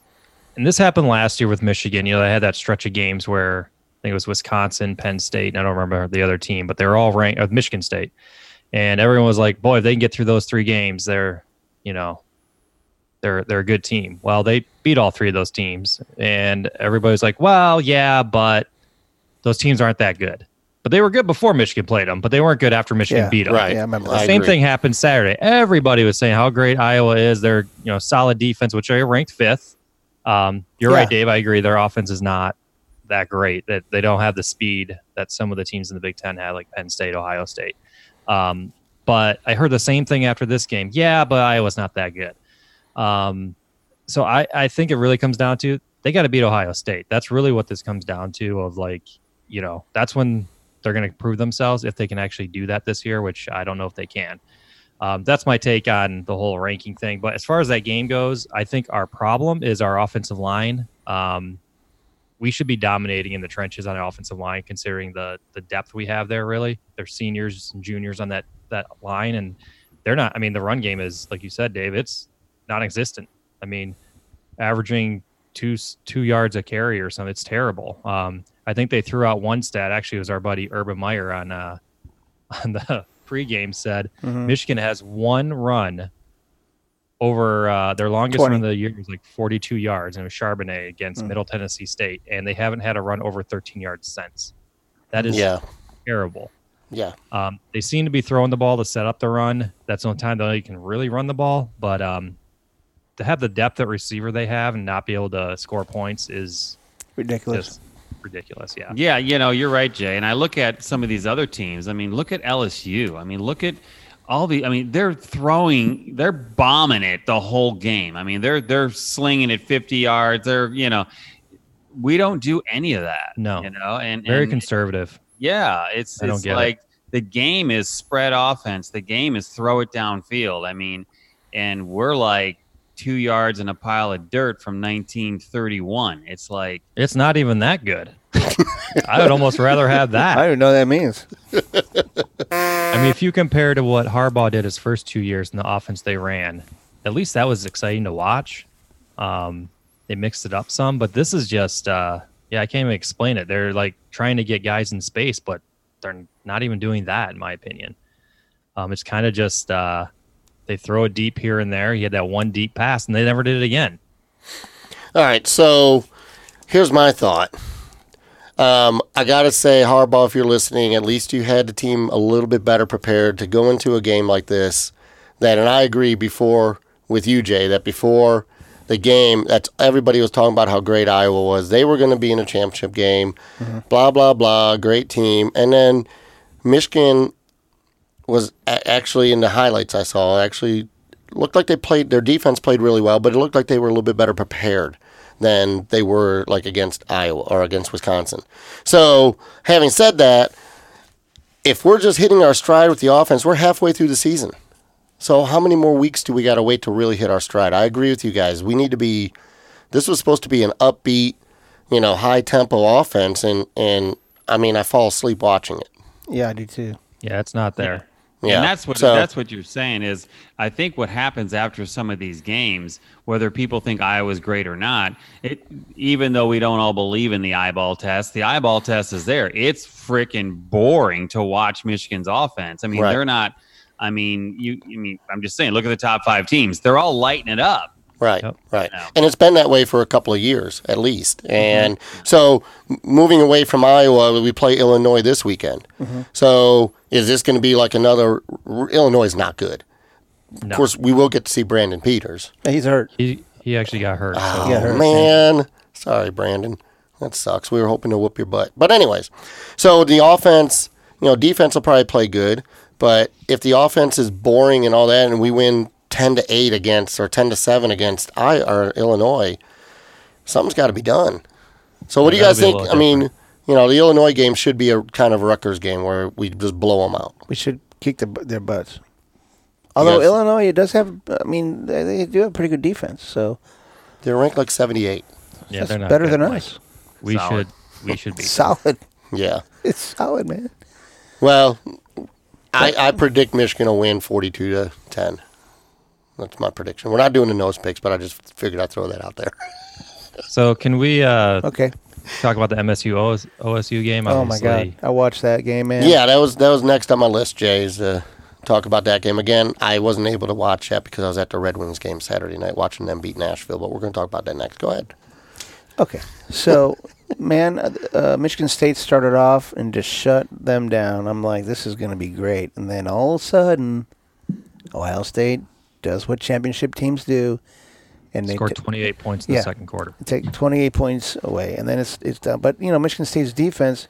Speaker 3: and this happened last year with Michigan. You know, they had that stretch of games where I think it was Wisconsin, Penn State, and I don't remember the other team, but they were all ranked. Uh, Michigan State, and everyone was like, "Boy, if they can get through those three games, they're you know they're they're a good team." Well, they beat all three of those teams, and everybody's like, "Well, yeah, but those teams aren't that good." But they were good before Michigan played them, but they weren't good after Michigan
Speaker 2: Yeah,
Speaker 3: beat them.
Speaker 1: Right.
Speaker 2: Yeah, I remember
Speaker 1: I
Speaker 2: that.
Speaker 3: Same
Speaker 1: agree.
Speaker 3: thing happened Saturday. Everybody was saying how great Iowa is. They're you know solid defense, which they ranked fifth. Um, you're
Speaker 2: Yeah.
Speaker 3: right, Dave. I agree. Their offense is not that great. That they don't have the speed that some of the teams in the Big Ten had, like Penn State, Ohio State. Um, but I heard the same thing after this game. Yeah, but Iowa's not that good. Um, so I, I think it really comes down to they got to beat Ohio State. That's really what this comes down to. Of like, you know, that's when they're going to prove themselves if they can actually do that this year, which I don't know if they can. Um, that's my take on the whole ranking thing. But as far as that game goes, I think our problem is our offensive line. Um, we should be dominating in the trenches on the offensive line, considering the the depth we have there. Really, they're seniors and juniors on that that line, and they're not. I mean, the run game is like you said, Dave. It's non-existent. I mean, averaging two two yards a carry or something. It's terrible. Um, I think they threw out one stat. Actually, it was our buddy Urban Meyer on uh, on the pregame said Michigan has one run over uh, their longest
Speaker 2: 20.
Speaker 3: run of the year was like 42 yards, and it was Charbonnet against Middle Tennessee State, and they haven't had a run over 13 yards since. That is
Speaker 1: Yeah.
Speaker 3: terrible.
Speaker 1: Yeah.
Speaker 3: Um, they seem to be throwing the ball to set up the run. That's the only time that you can really run the ball. But um, to have the depth at receiver they have and not be able to score points is
Speaker 2: Ridiculous.
Speaker 3: just ridiculous. Yeah.
Speaker 4: Yeah, you know, you're right, Jay. And I look at some of these other teams. I mean, look at LSU. I mean, look at all the. I mean, they're throwing, they're bombing it the whole game. I mean, they're they're slinging it 50 yards. They're you know, we don't do any of that.
Speaker 3: No.
Speaker 4: you know, and
Speaker 3: Very
Speaker 4: and-
Speaker 3: conservative.
Speaker 4: yeah, it's
Speaker 3: I don't
Speaker 4: it's
Speaker 3: get it.
Speaker 4: like the game is spread offense. The game is throw it downfield. I mean, and we're like two yards in a pile of dirt from 1931. It's like.
Speaker 3: It's not even that good. I would almost rather have
Speaker 2: I don't
Speaker 3: that.
Speaker 2: even know what that means.
Speaker 3: I mean, if you compare to what Harbaugh did his first two years in the offense they ran, at least that was exciting to watch. Um, they mixed it up some, but this is just, uh, yeah, I can't even explain it. They're like trying to get guys in space, but they're not even doing that, in my opinion. Um, it's kind of just uh, they throw it deep here and there. He had that one deep pass, and they never did it again.
Speaker 1: All right, so here's my thought. Um, I gotta say, Harbaugh, if you're listening, at least you had the team a little bit better prepared to go into a game like this. That, and I agree before with you, Jay, that before the game, that's everybody was talking about how great Iowa was. They were going to be in a championship game, blah blah blah, great team, and then Michigan was a- actually in the highlights I saw. Actually, looked like they played their defense played really well, but it looked like they were a little bit better prepared than they were like against Iowa or against Wisconsin. So, having said that, if we're just hitting our stride with the offense, we're halfway through the season. So, how many more weeks do we got to wait to really hit our stride? I agree with you guys. We need to be. This was supposed to be an upbeat, you know, high tempo offense, and and I mean, I fall asleep watching it.
Speaker 2: Yeah, I do too.
Speaker 3: Yeah, it's not there.
Speaker 1: Yeah,
Speaker 4: And that's what
Speaker 1: So-
Speaker 4: that's what you're saying is I think what happens after some of these games, whether people think Iowa's great or not, it even though we don't all believe in the eyeball test, the eyeball test is there. It's freaking boring to watch Michigan's offense. I mean,
Speaker 1: Right.
Speaker 4: they're not I mean, you I mean, I'm just saying, look at the top 5 teams. They're all lighting it up.
Speaker 1: Right,
Speaker 3: Yep.
Speaker 1: right.
Speaker 4: Yeah.
Speaker 1: And it's been that way for a couple of years at least. And so m- moving away from Iowa, we play Illinois this weekend. So is this going to be like another r- Illinois is not good. Of
Speaker 3: No.
Speaker 1: course, we will get to see Brandon Peters.
Speaker 2: He's hurt.
Speaker 3: He, he actually got hurt. So.
Speaker 1: Oh,
Speaker 2: Yeah, hurt.
Speaker 1: man. Sorry, Brandon. That sucks. We were hoping to whoop your butt. But anyways, so the offense, you know, defense will probably play good, but if the offense is boring and all that and we win 10 to 8 against or 10 to 7 against I or Illinois, something's got to be done. So what do you
Speaker 3: Yeah,
Speaker 1: guys
Speaker 3: that'll be
Speaker 1: think?
Speaker 3: a
Speaker 1: I
Speaker 3: little
Speaker 1: mean, you know, the Illinois game should be a kind of Rutgers game where we just blow them out.
Speaker 2: We should kick the, their butts. Although
Speaker 1: Yes.
Speaker 2: Illinois does have, I mean, they, they do have pretty good defense, so
Speaker 1: They're ranked like 78.
Speaker 3: Yeah,
Speaker 2: that's
Speaker 3: they're not
Speaker 2: better than
Speaker 3: good. Like,
Speaker 2: us.
Speaker 3: We
Speaker 4: Solid.
Speaker 3: should we should be
Speaker 2: Solid.
Speaker 1: Yeah.
Speaker 2: It's solid, man.
Speaker 1: Well, I, I predict Michigan will win 42 to 10. That's my prediction. We're not doing the nose picks, but I just figured I'd throw that out there.
Speaker 3: So can we uh,
Speaker 2: Okay.
Speaker 3: talk about the MSU OS, OSU game?
Speaker 2: Oh my god,
Speaker 3: Obviously,
Speaker 2: I watched that game, man.
Speaker 1: Yeah, that was that was next on my list, Jay, is to talk about that game. Again, I wasn't able to watch that because I was at the Red Wings game Saturday night watching them beat Nashville, but we're going to talk about that next. Go ahead.
Speaker 2: Okay. So, man, uh, Michigan State started off and just shut them down. I'm like, this is going to be great. And then all of a sudden, Ohio State does what championship teams do, and they
Speaker 3: scored
Speaker 2: t-
Speaker 3: 28 points in
Speaker 2: Yeah.
Speaker 3: the second quarter.
Speaker 2: take 28 points away, and then it's it's done. But you know, Michigan State's defense,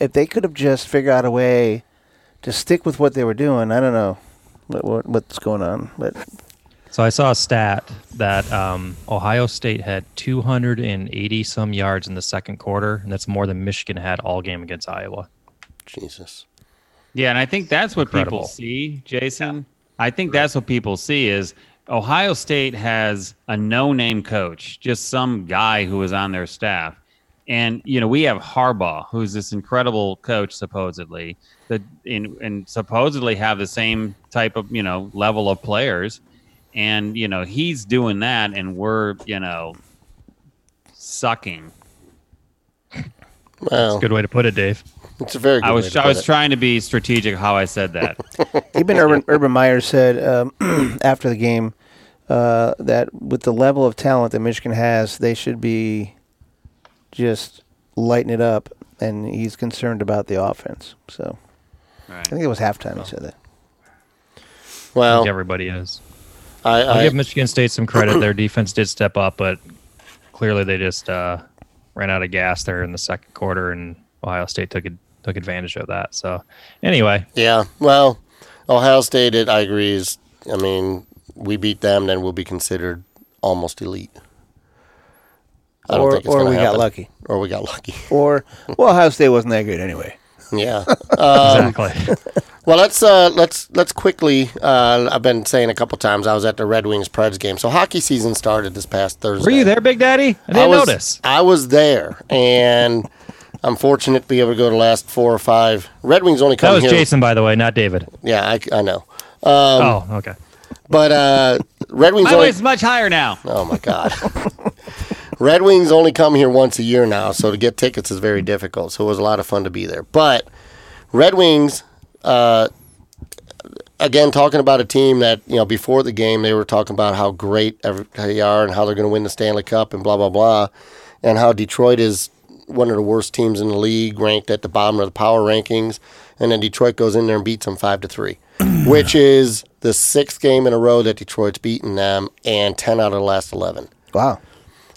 Speaker 2: if they could have just figured out a way to stick with what they were doing, I don't know what, what what's going on, but
Speaker 3: So I saw a stat that um, Ohio State had 280 some yards in the second quarter, and that's more than Michigan had all game against Iowa.
Speaker 1: Jesus.
Speaker 4: Yeah, and I think that's what
Speaker 3: Incredible.
Speaker 4: people see, Jason. I think that's what people see is Ohio State has a no-name coach, just some guy who was on their staff. And you know, we have Harbaugh, who's this incredible coach supposedly, that in and supposedly have the same type of, you know, level of players. And you know, he's doing that and we're, you know, sucking.
Speaker 1: Well,
Speaker 3: Good way to put it, Dave.
Speaker 1: it's a very good
Speaker 4: I
Speaker 1: way
Speaker 4: was
Speaker 1: to
Speaker 4: I
Speaker 1: put
Speaker 4: was
Speaker 1: it.
Speaker 4: trying to be strategic how I said that.
Speaker 2: Even Urban Urban Meyer said um, after the game uh, that with the level of talent that Michigan has, they should be just lighting it up, and he's concerned about the offense. So I think it was halftime he said that.
Speaker 3: I
Speaker 1: Well,
Speaker 3: think everybody is.
Speaker 1: I,
Speaker 3: I'll
Speaker 1: I,
Speaker 3: give Michigan State some credit. Their defense did step up, but clearly they just uh, ran out of gas there in the second quarter, and Ohio State took ad- took advantage of that. So anyway,
Speaker 1: Yeah. Well, Ohio State, it, I agree. Is I mean, we beat them, then we'll be considered almost elite. I don't
Speaker 2: Or-
Speaker 1: think it's
Speaker 2: or
Speaker 1: gonna
Speaker 2: we got
Speaker 1: happen.
Speaker 2: lucky.
Speaker 1: Or we got lucky.
Speaker 2: Or well, Ohio State wasn't that good anyway.
Speaker 1: yeah. Um,
Speaker 3: exactly.
Speaker 1: well, let's uh, let's let's quickly. Uh, I've been saying a couple times. I was at the Red Wings Preds game, so hockey season started this past Thursday.
Speaker 4: Were you there, Big Daddy?
Speaker 3: I didn't
Speaker 1: was,
Speaker 3: notice.
Speaker 1: I was there, and I'm fortunate to be able to go to the last four or five. Red Wings only
Speaker 3: That
Speaker 1: come
Speaker 3: was
Speaker 1: here.
Speaker 3: Jason, by the way, not David.
Speaker 1: Yeah, I, I know.
Speaker 2: Um,
Speaker 3: oh, okay.
Speaker 1: But uh, Red Wings
Speaker 4: My
Speaker 1: only.
Speaker 4: weight's much higher now.
Speaker 1: Oh my God. Red Wings only come here once a year now, so to get tickets is very difficult. So it was a lot of fun to be there. But Red Wings, uh, again, talking about a team that you know before the game they were talking about how great every, they are and how they're going to win the Stanley Cup and blah blah blah, and how Detroit is one of the worst teams in the league, ranked at the bottom of the power rankings, and then Detroit goes in there and beats them five to three, which is the sixth game in a row that Detroit's beaten them, and ten out of the last eleven.
Speaker 2: Wow.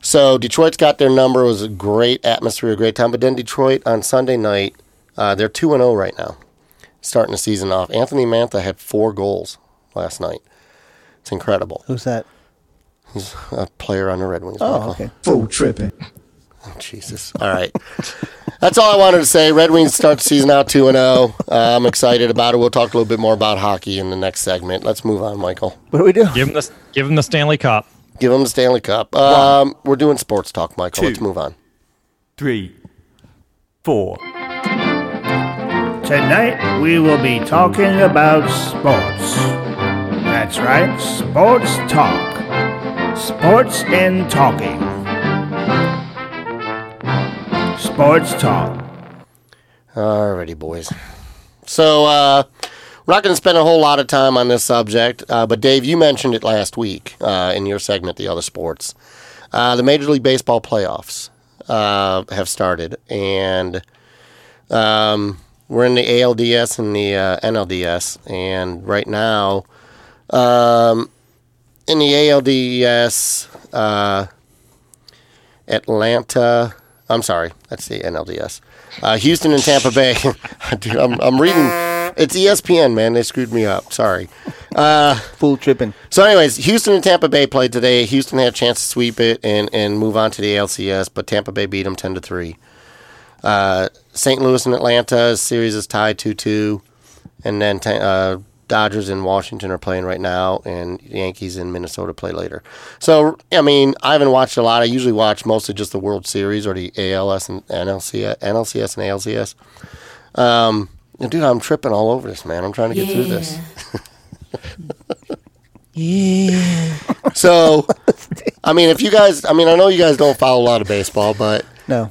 Speaker 1: So Detroit's got their number. It was a great atmosphere, a great time. But then Detroit on Sunday night, uh, they're two and zero right now, starting the season off. Anthony Mantha had four goals last night. It's incredible.
Speaker 2: Who's that?
Speaker 1: A player on the Red Wings.
Speaker 2: Oh,
Speaker 1: Michael.
Speaker 2: okay.
Speaker 5: Full tripping.
Speaker 1: Jesus. All right. That's all I wanted to say. Red Wings start the season out two and zero. Uh, I'm excited about it. We'll talk a little bit more about hockey in the next segment. Let's move on, Michael.
Speaker 2: What do we do?
Speaker 3: Give him the give him the Stanley Cup.
Speaker 1: Give them the Stanley Cup. Um, we're doing sports talk, Michael. Let's move on.
Speaker 6: three, four.
Speaker 5: Tonight we will be talking about sports. That's right, sports talk. Sports and talking. Sports talk.
Speaker 1: Alrighty, boys. So uh, we're not going to spend a whole lot of time on this subject, uh, but Dave, you mentioned it last week uh, in your segment, the other sports. Uh, the Major League Baseball playoffs uh, have started, and um, we're in the ALDS and the uh, NLDS, and right now um, in the ALDS, uh, Atlanta. I'm sorry, that's the NLDS. Uh, Houston and Tampa Bay. Dude, I'm, I'm reading. It's E ESPN, man. They screwed me up. Sorry.
Speaker 2: Fool tripping.
Speaker 1: So, anyways, Houston and Tampa Bay played today. Houston had a chance to sweep it and, and move on to the ALCS, but Tampa Bay beat them ten to three. Uh, St. Louis and Atlanta series is tied two two, and then ta- uh, Dodgers and Washington are playing right now, and Yankees and Minnesota play later. So, I mean, I haven't watched a lot. I usually watch mostly just the World Series or the ALS and NLCS, NLCS and ALCS. Um, dude, I'm tripping all over this, man. I'm trying to get through this. So, I mean, if you guys, I mean, I know you guys don't follow a lot of baseball, but
Speaker 2: No.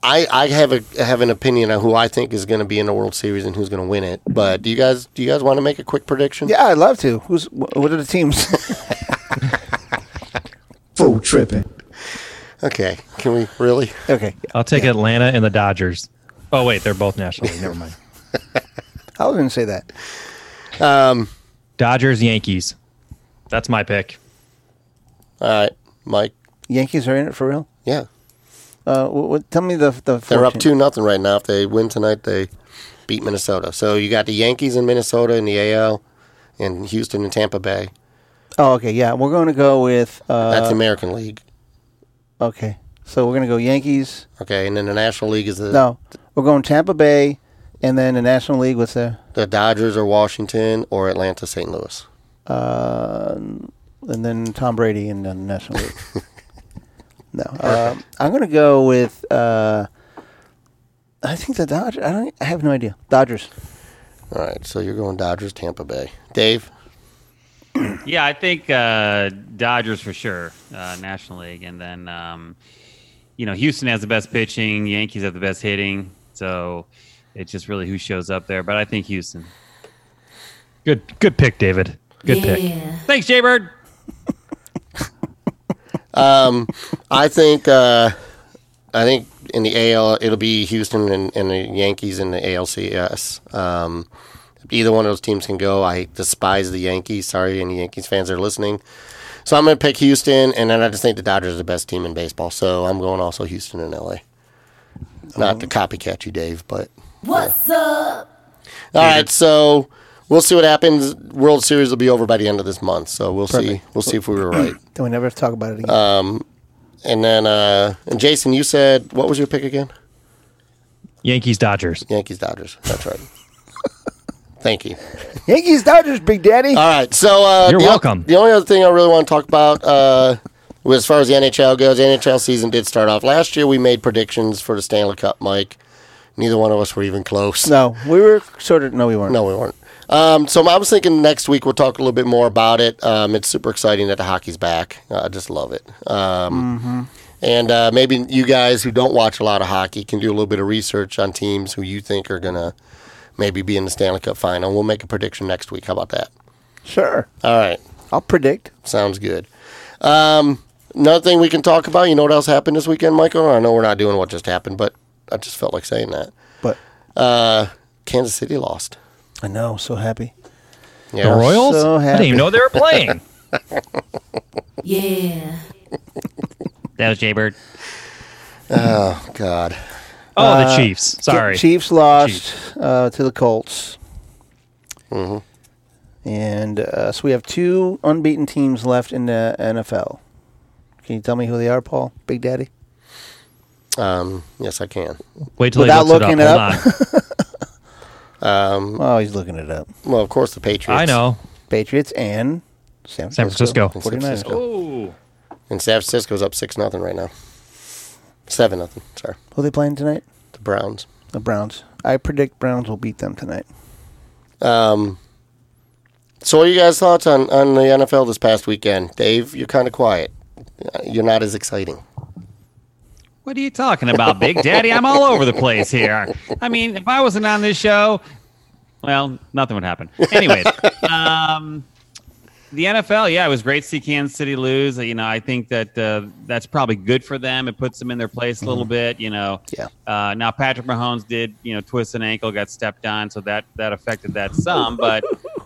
Speaker 1: I, I have a have an opinion on who I think is going to be in the World Series and who's going to win it. But do you guys do you guys want to make a quick prediction?
Speaker 2: yeah, I'd love to. Who's? wh- What are the teams?
Speaker 5: Full tripping.
Speaker 1: Okay. Can we really?
Speaker 2: okay.
Speaker 3: I'll take Atlanta and the Dodgers. Oh wait, they're both National League. Never mind.
Speaker 2: I was going to say that.
Speaker 3: Dodgers, Yankees. That's my pick.
Speaker 1: All right, Mike.
Speaker 2: Yankees are in it for real.
Speaker 1: Yeah,
Speaker 2: Uh, what, what, tell me the the.
Speaker 1: they're up
Speaker 2: fortune.
Speaker 1: two nothing right now. If they win tonight, they beat Minnesota. So you got the Yankees in Minnesota in the AL, and Houston and Tampa Bay.
Speaker 2: Oh, okay. Yeah, we're going to go with. Uh,
Speaker 1: That's the American League.
Speaker 2: okay, so we're going to go Yankees.
Speaker 1: Okay, and then the National League is the,
Speaker 2: No, we're going Tampa Bay, and then the National League. What's there?
Speaker 1: the Dodgers or Washington or Atlanta, St. Louis.
Speaker 2: and then Tom Brady in the National League. no, um, I'm going to go with. Uh, I think the Dodgers. I don't. I have no idea. Dodgers.
Speaker 1: All right, so you're going Dodgers, Tampa Bay. Dave.
Speaker 4: Yeah, I think uh, Dodgers for sure, uh, National League, and then um, you know Houston has the best pitching, Yankees have the best hitting, so it's just really who shows up there. But I think Houston.
Speaker 3: Good good pick, David. Good pick.
Speaker 4: Thanks, Jaybird.
Speaker 1: I think uh, I think in the AL it'll be Houston and, and the Yankees in the ALCS. Um, either one of those teams can go. I despise the Yankees. Sorry, any Yankees fans that are listening. So I'm going to pick Houston, and then I just think the Dodgers are the best team in baseball. So I'm going also Houston and LA. Not to copycat you, Dave, but
Speaker 7: What's up?
Speaker 1: all right. So we'll see what happens. World Series will be over by the end of this month, so we'll see.
Speaker 2: Perfect.
Speaker 1: We'll see if we were right.
Speaker 2: Then we never have to talk about it
Speaker 1: Uh,
Speaker 2: again.
Speaker 1: And then, uh, and Jason, you said what was your pick again?
Speaker 3: Yankees, Dodgers.
Speaker 1: Yankees Dodgers. That's right. Thank you.
Speaker 2: Yankees, Dodgers, Big Daddy.
Speaker 1: All right. So uh,
Speaker 3: You're
Speaker 1: the o-
Speaker 3: welcome.
Speaker 1: the only other thing I really want to talk about uh, as far as the NHL goes, the NHL season did start off last year. We made predictions for the Stanley Cup, Mike. Neither one of us were even close.
Speaker 2: No, we were sort of. No, we weren't.
Speaker 1: No, we weren't. Um, so I was thinking next week we'll talk a little bit more about it. Um, it's super exciting that the hockey's back. Uh, I just love it. Um, And uh, maybe you guys who don't watch a lot of hockey can do a little bit of research on teams who you think are going to maybe be in the Stanley Cup final. We'll make a prediction next week. How about that?
Speaker 2: Sure.
Speaker 1: All right.
Speaker 2: I'll predict.
Speaker 1: Sounds good. Um, another thing we can talk about. You know what else happened this weekend, Michael? I know we're not doing what just happened, but I just felt like saying that.
Speaker 2: But
Speaker 1: Uh, Kansas City lost.
Speaker 2: I know. So happy.
Speaker 1: Yeah.
Speaker 3: the Royals?
Speaker 2: so
Speaker 3: I didn't
Speaker 2: happy.
Speaker 3: even know they were playing.
Speaker 7: Yeah.
Speaker 4: That was Jaybird.
Speaker 1: God.
Speaker 3: Oh,
Speaker 2: Uh,
Speaker 3: the Chiefs. Sorry.
Speaker 2: Chiefs lost Uh, to the Colts.
Speaker 1: Mm-hmm.
Speaker 2: And uh, so we have two unbeaten teams left in the NFL. Can you tell me who they are, Paul? Big Daddy?
Speaker 1: Um, yes, I can.
Speaker 3: Wait till
Speaker 2: Without
Speaker 3: he looks
Speaker 2: looking
Speaker 3: it
Speaker 2: it
Speaker 3: up.
Speaker 2: up.
Speaker 3: Hold
Speaker 1: Mm-hmm.
Speaker 2: Oh, he's looking it up.
Speaker 1: Well, of course, the Patriots.
Speaker 3: on. I know.
Speaker 2: Patriots and San
Speaker 3: San
Speaker 2: Francisco.
Speaker 3: Francisco.
Speaker 1: And
Speaker 2: 49ers.
Speaker 1: San Francisco. And San Francisco's up six nothing right now. Seven nothing. Sorry,
Speaker 2: Who are they playing tonight?
Speaker 1: the Browns.
Speaker 2: The Browns. I predict Browns will beat them tonight.
Speaker 1: Um, so, what are you guys' thoughts on on the NFL this past weekend, Dave? You're kind of quiet. Uh, You're not as exciting.
Speaker 4: What are you talking about, Big Daddy? I'm all over the place here. I mean, if I wasn't on this show, well, nothing would happen. Anyways, um, the NFL, yeah, it was great to see Kansas City lose. You know, I think that uh, that's probably good for them. It puts them in their place a little bit. You know,
Speaker 2: Yeah.
Speaker 4: Uh, now Patrick Mahomes did, you know, twist an ankle, got stepped on, so that that affected that some. But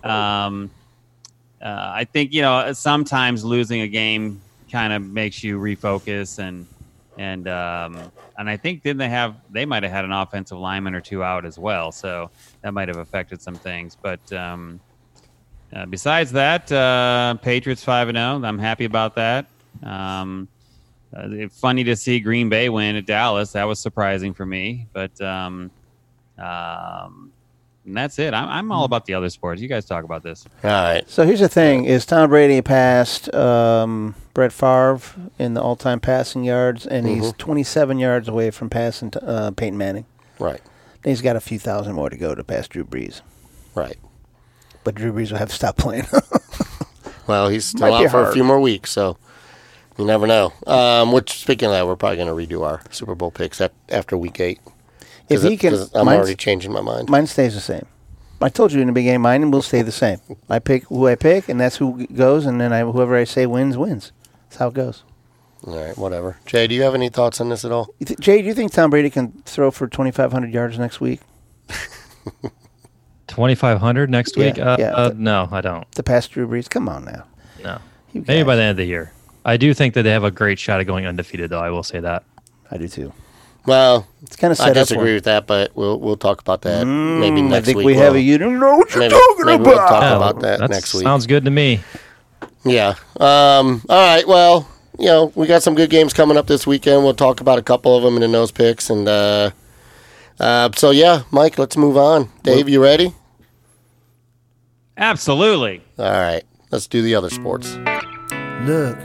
Speaker 4: um, uh, I think you know uh, sometimes losing a game kind of makes you refocus and and um, and I think didn't they have they might have had an offensive lineman or two out as well, so that might have affected some things. But um, uh, besides that, uh, Patriots five and zero. I'm happy about that. Um, uh, it's funny to see Green Bay win at Dallas. That was surprising for me, but um, um, and that's it. I'm, I'm all about the other sports. You guys talk about this.
Speaker 1: All right.
Speaker 2: So here's the thing: is Tom Brady passed um, Brett Favre in the all-time passing yards, and
Speaker 1: Mm-hmm.
Speaker 2: he's 27 yards away from passing t- uh, Peyton Manning.
Speaker 1: Right.
Speaker 2: And he's got a few thousand more to go to pass Drew Brees,
Speaker 1: Right.
Speaker 2: but Drew Brees will have to stop playing.
Speaker 1: Well, he's
Speaker 2: Might
Speaker 1: still
Speaker 2: be
Speaker 1: out for a
Speaker 2: hard.
Speaker 1: few more weeks, so you never know. Um, which, speaking of that, we're probably going to redo our Super Bowl picks at, after week eight. 'Cause
Speaker 2: if he
Speaker 1: it-
Speaker 2: can,
Speaker 1: 'cause I'm
Speaker 2: mine's-
Speaker 1: already changing my mind.
Speaker 2: mine stays the same. I told you in the beginning, mine will stay the same. I pick who I pick, and that's who goes, and then I, whoever I say wins wins. That's how it goes.
Speaker 1: All right, whatever. Jay, do you have any thoughts on this at all?
Speaker 2: You th- Jay, do you think Tom Brady can throw for 2,500 yards next week?
Speaker 3: 2,500 next
Speaker 2: Yeah,
Speaker 3: week? uh,
Speaker 2: yeah.
Speaker 3: uh, no, I don't.
Speaker 2: To pass Drew Brees? Come on now.
Speaker 3: No.
Speaker 2: You
Speaker 3: Maybe by
Speaker 2: guys.
Speaker 3: the end of the year. I do think that they have a great shot at going undefeated, though. I will say that.
Speaker 2: I do too.
Speaker 1: Well,
Speaker 2: It's kind of set
Speaker 1: I
Speaker 2: up. for-
Speaker 1: disagree with that, but we'll we'll talk about that maybe next
Speaker 2: I think
Speaker 1: week.
Speaker 2: we have
Speaker 1: we'll-
Speaker 2: a you don't know what you're
Speaker 1: maybe,
Speaker 2: talking
Speaker 1: maybe we'll
Speaker 2: about.
Speaker 1: talk
Speaker 3: Yeah,
Speaker 1: about that
Speaker 3: Oh, that's-
Speaker 1: next week.
Speaker 3: Sounds good to me.
Speaker 1: Yeah. Um, all right. Well, you know, we got some good games coming up this weekend. We'll talk about a couple of them in the nose picks, and uh, uh, so yeah, Mike, let's move on. Dave, you ready?
Speaker 4: Absolutely.
Speaker 1: All right. Let's do the other sports.
Speaker 8: Look,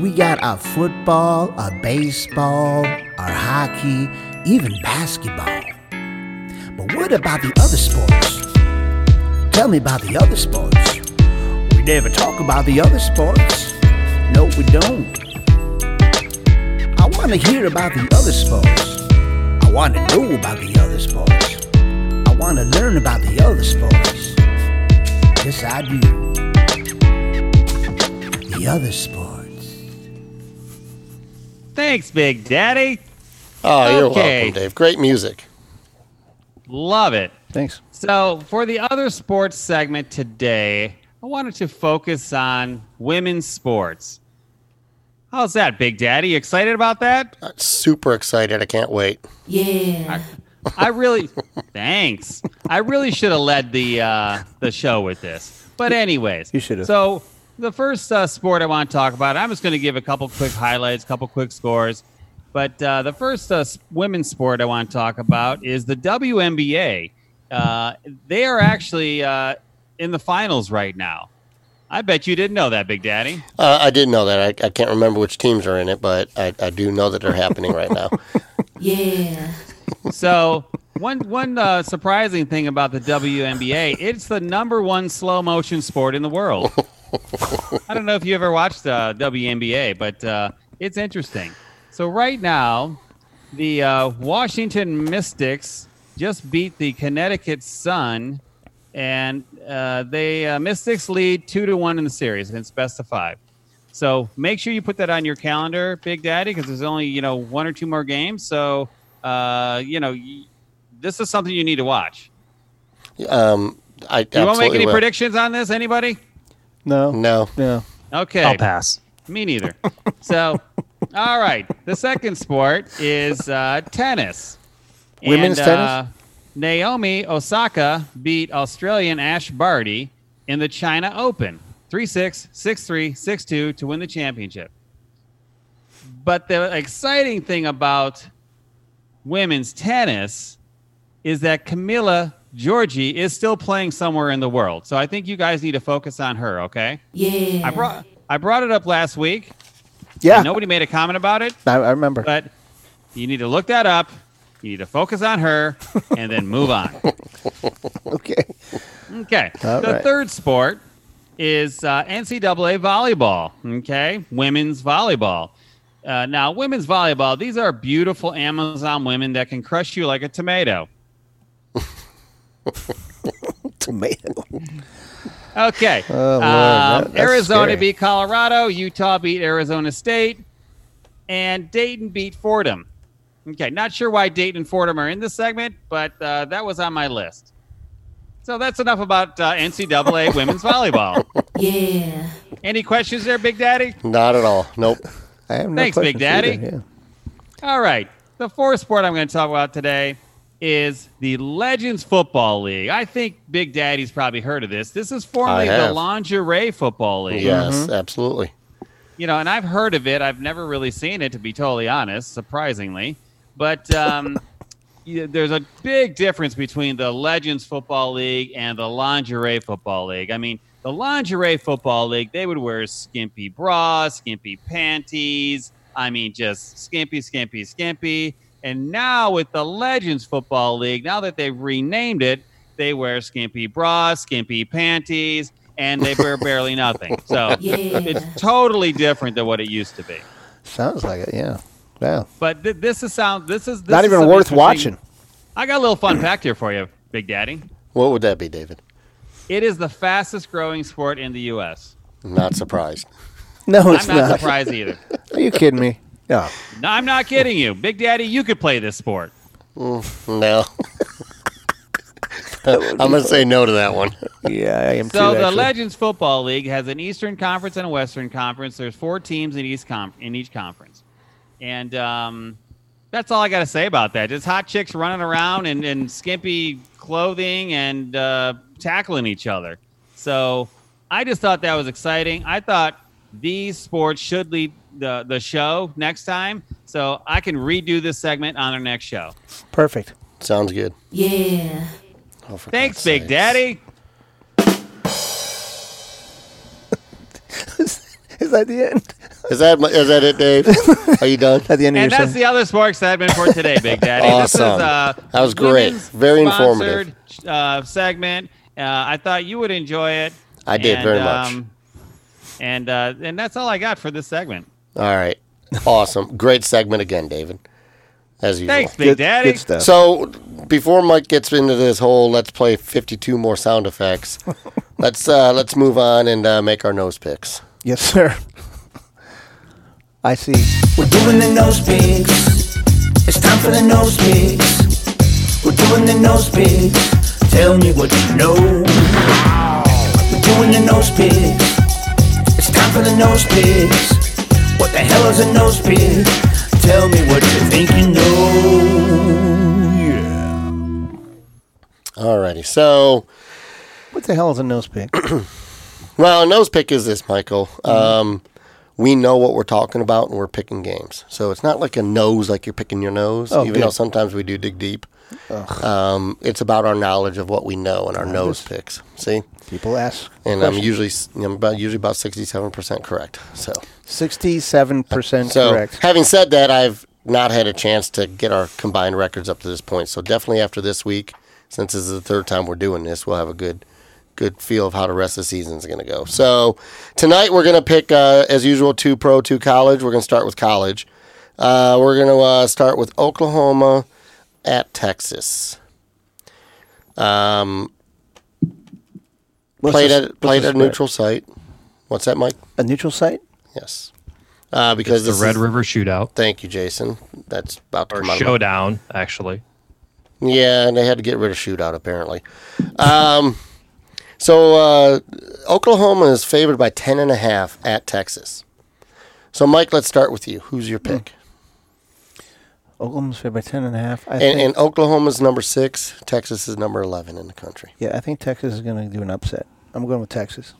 Speaker 8: we got our football, our baseball, our hockey, even basketball. But what about the other sports? Tell me about the other sports. We never talk about the other sports. No, we don't. I want to hear about the other sports. I want to know about the other sports. I want to learn about the other sports. Yes, I do the other sports.
Speaker 4: Thanks, Big Daddy.
Speaker 1: Oh, you're
Speaker 4: Okay.
Speaker 1: welcome, Dave. Great music.
Speaker 4: Love it.
Speaker 2: Thanks.
Speaker 4: So, for the other sports segment today, I wanted to focus on women's sports. How's that, Big Daddy? You excited about that?
Speaker 1: Uh, Super excited. I can't wait.
Speaker 7: Yeah.
Speaker 4: I really thanks. I really should have led the uh, the show with this. But anyways,
Speaker 2: You should have.
Speaker 4: So the first uh, sport I want to talk about, I'm just going to give a couple quick highlights, couple quick scores. But uh, the first uh, s- women's sport I want to talk about is the WNBA. Uh, they are actually uh, in the finals right now. I bet you didn't know that, Big Daddy.
Speaker 1: Uh, I did know that. I, I can't remember which teams are in it, but I, I do know that they're happening right now.
Speaker 7: Yeah.
Speaker 4: So one one uh, surprising thing about the WNBA, it's the number one slow motion sport in the world. I don't know if you ever watched uh, WNBA, but uh, it's interesting. So right now, the uh, Washington Mystics just beat the Connecticut Sun, and uh, they uh, Mystics lead two to one in the series, and it's best of five. So make sure you put that on your calendar, Big Daddy, because there's only you know one or two more games. So uh, you know y- this is something you need to watch.
Speaker 1: Um, I
Speaker 4: Do you want to make
Speaker 1: absolutely
Speaker 4: any
Speaker 1: will.
Speaker 4: predictions on this? Anybody?
Speaker 2: No.
Speaker 1: No.
Speaker 2: No.
Speaker 4: Okay,
Speaker 3: I'll pass.
Speaker 4: me neither. so, all right, the second sport is uh, tennis.
Speaker 1: Women's
Speaker 4: And,
Speaker 1: tennis?
Speaker 4: Uh, Naomi Osaka beat Australian Ash Barty in the China Open 3 6, 6 3, 6 2 to win the championship. But the exciting thing about women's tennis is that Camilla Georgie is still playing somewhere in the world. So I think you guys need to focus on her, okay?
Speaker 7: Yeah.
Speaker 4: I brought I brought it up last week.
Speaker 2: Yeah.
Speaker 4: and Nobody made a comment about it,
Speaker 2: I, I remember.
Speaker 4: but you need to look that up. You need to focus on her and then move on.
Speaker 2: okay.
Speaker 4: Okay.
Speaker 2: All
Speaker 4: the
Speaker 2: right.
Speaker 4: third sport is uh, NCAA volleyball. Okay. Women's volleyball. Uh, now, women's volleyball, these are beautiful Amazon women that can crush you like a tomato.
Speaker 2: Tomato.
Speaker 4: Okay.
Speaker 2: Oh, Lord,
Speaker 4: Um,
Speaker 2: that- that's
Speaker 4: Arizona
Speaker 2: scary.
Speaker 4: beat Colorado. Utah beat Arizona State. And Dayton beat Fordham. Okay. Not sure why Dayton and Fordham are in this segment, but uh, that was on my list. So that's enough about uh, NCAA women's volleyball.
Speaker 7: Yeah.
Speaker 4: Any questions there, Big Daddy?
Speaker 1: Not at all. Nope.
Speaker 2: I have no
Speaker 4: Thanks, Big
Speaker 2: questions
Speaker 4: Daddy.
Speaker 2: either, yeah.
Speaker 4: All right. The fourth sport I'm going to talk about today is the Legends Football League. I think Big Daddy's probably heard of this. This is formerly the
Speaker 1: have.
Speaker 4: Lingerie Football League.
Speaker 1: Yes, absolutely.
Speaker 4: you know, and I've heard of it. I've never really seen it, to be totally honest, surprisingly. But um, you- there's a big difference between the Legends Football League and the Lingerie Football League. I mean, the Lingerie Football League, they would wear skimpy bras, skimpy panties. I mean, just skimpy, skimpy, skimpy. And now with the Legends Football League, now that they've renamed it, they wear skimpy bras, skimpy panties, and they wear barely nothing. So
Speaker 7: Yeah.
Speaker 4: it's totally different than what it used to be.
Speaker 2: Sounds like it. Yeah. Wow.
Speaker 4: But th- this is sound. This is this
Speaker 2: Not
Speaker 4: is
Speaker 2: even
Speaker 4: something
Speaker 2: worth
Speaker 4: interesting.
Speaker 2: watching.
Speaker 4: I got a little fun fact here for you, Big Daddy.
Speaker 1: What would that be, David?
Speaker 4: It is the fastest growing sport in the U.S.
Speaker 1: Not surprised.
Speaker 2: No, it's
Speaker 4: I'm not, surprised either.
Speaker 2: Are you kidding me? Yeah.
Speaker 4: No, I'm not kidding you, Big Daddy. You could play this sport.
Speaker 1: No. I'm gonna say no to that one.
Speaker 2: Yeah, I am
Speaker 4: So
Speaker 2: too.
Speaker 4: the
Speaker 2: actually.
Speaker 4: Legends Football League has an Eastern Conference and a Western Conference. There's four teams in each com- in each conference, and um, that's all I got to say about that. Just hot chicks running around in, in skimpy clothing and uh, tackling each other. So I just thought that was exciting. I thought these sports should lead the the show next time, so I can redo this segment on our next show.
Speaker 2: perfect.
Speaker 1: Sounds good.
Speaker 7: Yeah.
Speaker 1: Oh, for
Speaker 4: Thanks,
Speaker 1: God's
Speaker 4: Big
Speaker 1: sakes.
Speaker 4: Daddy.
Speaker 2: Is that the end?
Speaker 1: Is that is that it, Dave? Are you done?
Speaker 2: At the end of your
Speaker 4: And that's
Speaker 2: segment?
Speaker 4: the other sports segment for today, Big Daddy. This is,
Speaker 1: Awesome.
Speaker 4: uh,
Speaker 1: That was great.
Speaker 4: women's
Speaker 1: Very informative.
Speaker 4: sponsored, Uh, segment. Uh, I thought you would enjoy it. um,
Speaker 1: I did very much.
Speaker 4: and uh, and that's all I got for this segment.
Speaker 1: All right. Awesome. Great segment again, David. As usual.
Speaker 4: Thanks, Big
Speaker 2: good,
Speaker 4: Daddy.
Speaker 2: Good stuff.
Speaker 1: So before Mike gets into this whole let's play 52 more sound effects, let's uh, let's move on and uh, make our nose picks.
Speaker 2: yes, sir. I see.
Speaker 8: We're doing the nose picks. It's time for the nose picks. We're doing the nose picks. Tell me what you know. We're doing the nose picks. It's time for the nose picks. What the hell is a nose pick? Tell me what you think you know. Yeah.
Speaker 1: Alrighty. So
Speaker 2: What the hell is a nose pick?
Speaker 1: well, a nose pick is this, Michael.
Speaker 2: Mm.
Speaker 1: Um, we know what we're talking about and we're picking games. So it's not like a nose, like you're picking your nose,
Speaker 2: Oh,
Speaker 1: even
Speaker 2: good.
Speaker 1: though sometimes we do dig deep. Um, it's about our knowledge of what we know and our nose picks. See,
Speaker 2: People ask.
Speaker 1: and um, I'm usually s- I'm about usually about sixty-seven percent correct. So,
Speaker 2: Sixty-seven percent
Speaker 1: uh, so
Speaker 2: correct.
Speaker 1: having said that, I've not had a chance to get our combined records up to this point. So definitely after this week, since this is the third time we're doing this, we'll have a good good feel of how the rest of the season is going to go. So tonight we're going to pick uh, as usual two pro, two college. We're going to start with college. Uh, we're going to uh, start with Oklahoma at Texas. Um,
Speaker 2: What's
Speaker 1: played
Speaker 2: the-
Speaker 1: at
Speaker 2: what's
Speaker 1: played
Speaker 2: the
Speaker 1: at a
Speaker 2: spread?
Speaker 1: neutral site. What's that, Mike?
Speaker 2: A neutral site.
Speaker 1: Yes, uh, because
Speaker 3: The
Speaker 1: this
Speaker 3: Red
Speaker 1: is-
Speaker 3: River Shootout
Speaker 1: Thank you, Jason. That's about to
Speaker 3: or
Speaker 1: come out. of my-
Speaker 3: Showdown, actually.
Speaker 1: Yeah, and they had to get rid of shootout apparently. Um, so uh, Oklahoma is favored by ten and a half at Texas. So Mike, let's start with you. Who's your
Speaker 2: Mm,
Speaker 1: pick?
Speaker 2: Oklahoma's favored by ten and a half. I
Speaker 1: And,
Speaker 2: think,
Speaker 1: and Oklahoma's number six. Texas is number eleven in the country.
Speaker 2: yeah, I think Texas is going to do an upset. I'm going with Texas.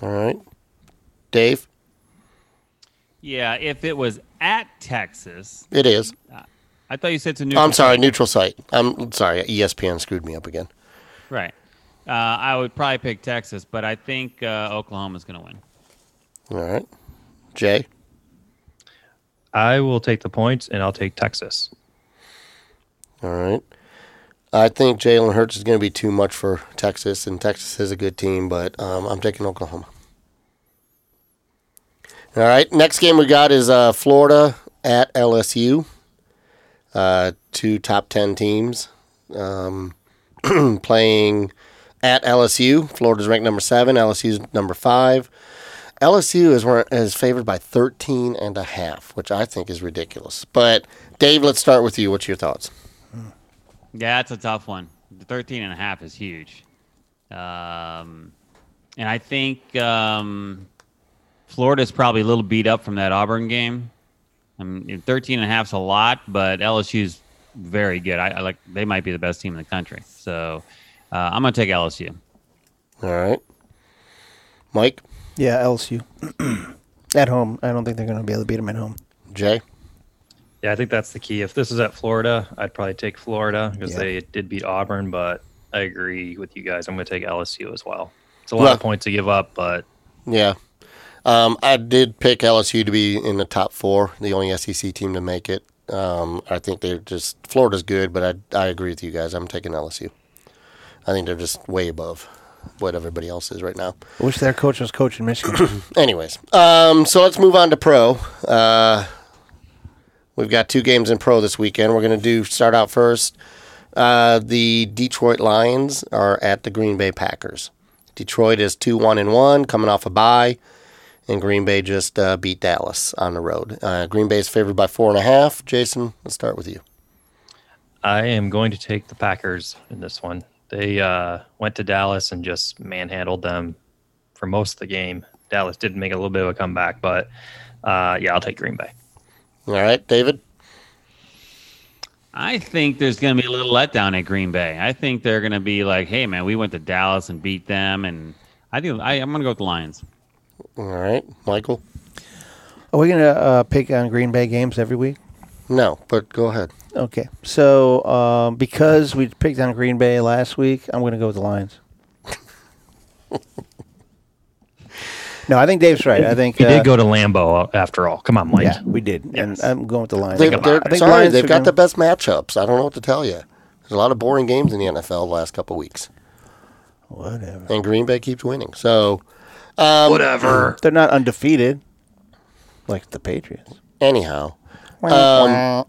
Speaker 1: All right, Dave.
Speaker 4: Yeah, if it was at Texas,
Speaker 1: It is.
Speaker 4: I thought you said it's a new.
Speaker 1: I'm sorry, neutral site. I'm sorry. E ESPN screwed me up again.
Speaker 4: Right. Uh, I would probably pick Texas, but I think uh, Oklahoma's going to win.
Speaker 1: All right, Jay.
Speaker 3: I will take the points and I'll take Texas.
Speaker 1: All right. I think Jalen Hurts is going to be too much for Texas, and Texas is a good team, but um, I'm taking Oklahoma. All right. Next game we got is uh, Florida at LSU. Uh, two top 10 teams um, playing at LSU. Florida's ranked number seven, LSU's number five. LSU is, where- is favored by 13 and a half, which I think is ridiculous. But, Dave, let's start with you. What's your thoughts?
Speaker 4: Yeah, that's a tough one. The 13 and a half is huge. Um, and I think um, Florida's probably a little beat up from that Auburn game. I mean, 13 and a half's a lot, but LSU's very good. I, I like they might be the best team in the country. So uh, I'm going to take LSU.
Speaker 1: All right. Mike,
Speaker 2: Yeah, LSU. at home, I don't think they're going to be able to beat them at home.
Speaker 1: Jay.
Speaker 3: Yeah, I think that's the key. If this is at Florida, I'd probably take Florida because
Speaker 2: Yeah.
Speaker 3: they did beat Auburn, but I agree with you guys. I'm going to take LSU as well. It's a lot
Speaker 1: Well-
Speaker 3: of points to give up, but
Speaker 1: Yeah. Um, I did pick LSU to be in the top four, the only SEC team to make it. Um, I think they're just Florida's good, but I I agree with you guys. I'm taking LSU. I think they're just way above what everybody else is right now.
Speaker 2: I wish their coach was coaching Michigan.
Speaker 1: Anyways, um, so let's move on to pro. Uh, we've got two games in pro this weekend. We're going to do start out first. Uh, the Detroit Lions are at the Green Bay Packers. Detroit is two one and one, coming off a bye, and Green Bay just uh, beat Dallas on the road. Uh, Green Bay is favored by four and a half. Jason, let's start with you.
Speaker 3: I am going to take the Packers in this one. They uh, went to Dallas and just manhandled them for most of the game. Dallas did make a little bit of a comeback, but uh, yeah, I'll take Green Bay.
Speaker 1: All right, David.
Speaker 4: I think there's going to be a little letdown at Green Bay. I think they're going to be like, "Hey, man, we went to Dallas and beat them," and I think I, I'm going to go with the Lions.
Speaker 1: All right, Michael.
Speaker 2: Are we going to uh, pick on Green Bay games every week?
Speaker 1: No, but go ahead.
Speaker 2: Okay. So um, because we picked on Green Bay last week, I'm going to go with the Lions. no, I think Dave's right. I think
Speaker 3: He
Speaker 2: uh,
Speaker 3: did go to Lambeau after all. Come on, Mike.
Speaker 2: Yeah, we did,
Speaker 3: Yes.
Speaker 2: and I'm going with the Lions.
Speaker 1: They,
Speaker 2: I
Speaker 1: they're,
Speaker 2: think
Speaker 1: sorry,
Speaker 2: Lions
Speaker 1: they've
Speaker 2: are
Speaker 1: got the
Speaker 2: gonna-
Speaker 1: best matchups. I don't know what to tell you. There's a lot of boring games in the NFL the last couple weeks,
Speaker 2: Whatever.
Speaker 1: and Green Bay keeps winning. So,
Speaker 3: Whatever.
Speaker 2: They're not undefeated, like the Patriots.
Speaker 1: anyhow, um,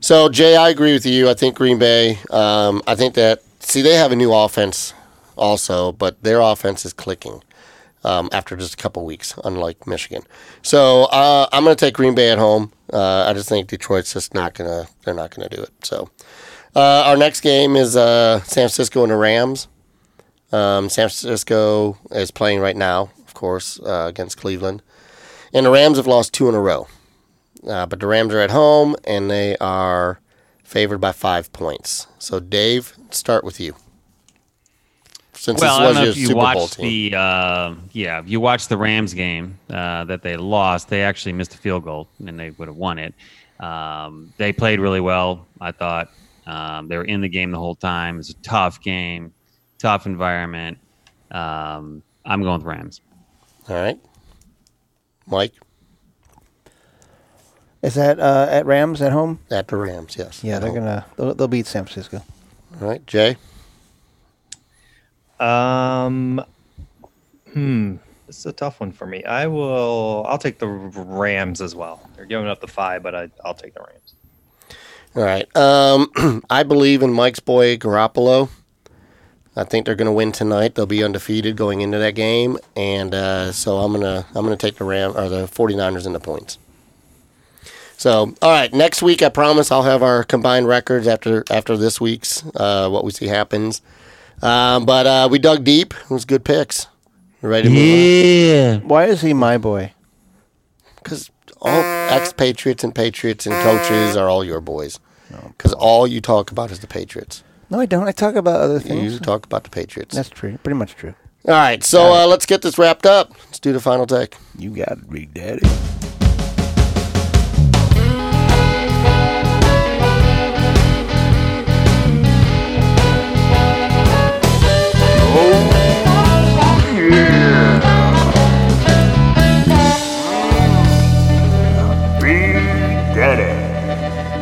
Speaker 1: so Jay, I agree with you. I think Green Bay. Um, I think that see they have a new offense also, but their offense is clicking um, after just a couple weeks, unlike Michigan. So uh, I'm going to take Green Bay at home. Uh, I just think Detroit's just not going to. They're not going to do it. So. Uh, our next game is uh, San Francisco and the Rams. Um, San Francisco is playing right now, of course, uh, against Cleveland. And the Rams have lost two in a row. Uh, but the Rams are at home and they are favored by five points. So, Dave, start with you. Since
Speaker 4: well, I don't know
Speaker 1: your
Speaker 4: if you watched the uh, yeah, if you watched the Rams game uh, that they lost. They actually missed a field goal and they would have won it. Um, they played really well, I thought. Um, they were in the game the whole time. It's a tough game, tough environment. Um, I'm going with Rams.
Speaker 1: All right, Mike
Speaker 2: Is that uh, at Rams at home?
Speaker 1: at the Rams. Yes.
Speaker 2: Yeah, they're gonna they'll, they'll beat San Francisco.
Speaker 1: All right, Jay.
Speaker 3: Um, hmm, this is a tough one for me. I will. I'll take the Rams as well. They're giving up the five, but I, I'll take the Rams.
Speaker 1: All right. Um, I believe in Mike's boy Garoppolo. I think they're going to win tonight. They'll be undefeated going into that game, and uh, so I'm gonna I'm gonna take the Ram or the 49ers in the points. So, all right, next week I promise I'll have our combined records after after this week's uh, what we see happens. Um, but uh, we dug deep. It was good picks. You ready to move
Speaker 8: Yeah.
Speaker 2: Why is he my boy?
Speaker 1: Because all expatriates and patriots and coaches are all your boys. Because all you talk about is the Patriots.
Speaker 2: No, I don't. I talk about other things.
Speaker 1: You talk about the Patriots.
Speaker 2: That's true. Pretty much true.
Speaker 1: All right, so uh, let's get this wrapped up. Let's do the final take.
Speaker 2: You got it, Big Daddy.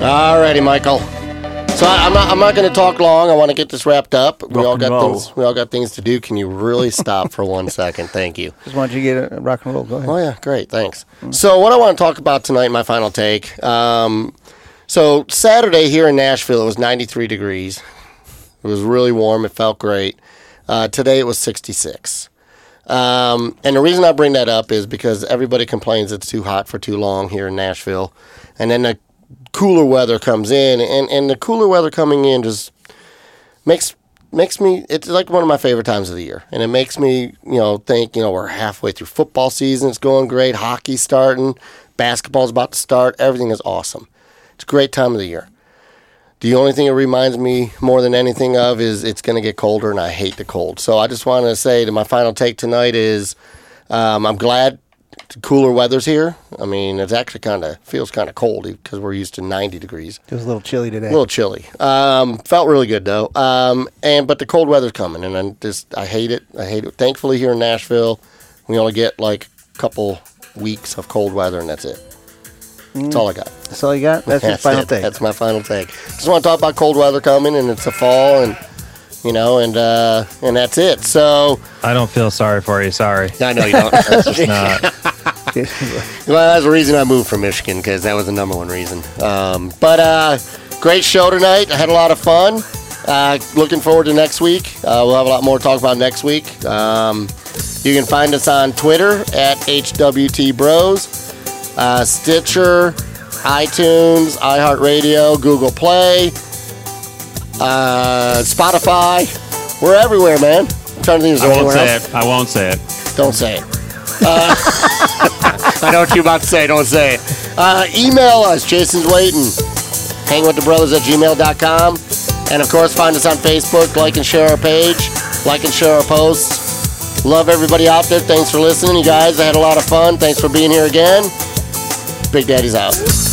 Speaker 1: All righty, Michael. So I, I'm not. I'm not going to talk long. I want to get this wrapped up. We
Speaker 6: Rock
Speaker 1: all
Speaker 6: and
Speaker 1: got
Speaker 6: roll.
Speaker 1: things. We all got things to do. Can you really stop for one second? Thank you.
Speaker 2: Just wanted you to get a rock and roll. Go ahead.
Speaker 1: Oh yeah, great, thanks. So what I want to talk about tonight, my final take. Um, so Saturday here in Nashville, it was 93 degrees. It was really warm. It felt great. Uh, today it was 66. Um, and the reason I bring that up is because everybody complains it's too hot for too long here in Nashville, and then the cooler weather comes in, and, and the cooler weather coming in just makes makes me it's like one of my favorite times of the year and it makes me you know think you know we're halfway through football season it's going great hockey's starting basketball's about to start everything is awesome it's a great time of the year the only thing it reminds me more than anything of is it's going to get colder and i hate the cold so i just want to say that my final take tonight is um, i'm glad cooler weather's here i mean it's actually kind of feels kind of cold because we're used to 90 degrees
Speaker 2: It was a little chilly today.
Speaker 1: a little chilly. Um, felt really good though. Um, and but the cold weather's coming, and I just I hate it. I hate it. Thankfully, here in Nashville, we only get like a couple weeks of cold weather, and that's it. That's all I got.
Speaker 2: That's all you got. Mm. That's,
Speaker 1: That's
Speaker 2: your final
Speaker 1: it.
Speaker 2: take.
Speaker 1: That's my final take. Just want to talk about cold weather coming, and it's the fall, and you know, and uh, and that's it. So
Speaker 3: I don't feel sorry for you. Sorry.
Speaker 1: I know you don't.
Speaker 3: Not-
Speaker 1: Well, that's the reason I moved from Michigan because that was the number one reason. Um, but uh, great show tonight. I had a lot of fun. Uh, looking forward to next week. Uh, we'll have a lot more to talk about next week. Um, you can find us on Twitter at HWT Bros, uh, Stitcher, iTunes, iHeartRadio, Google Play, uh, Spotify. We're everywhere, man. I'm trying to think of
Speaker 6: I won't
Speaker 1: anywhere
Speaker 6: say
Speaker 1: else.
Speaker 6: it. I won't say it.
Speaker 1: Don't say it. Uh, I know what you're about to say. Don't say it. Uh, email us, Jason's waiting. Hang with the brothers at gmail.com. And of course, find us on Facebook. Like and share our page. Like and share our posts. Love everybody out there. Thanks for listening, you guys. I had a lot of fun. Thanks for being here again. Big Daddy's out.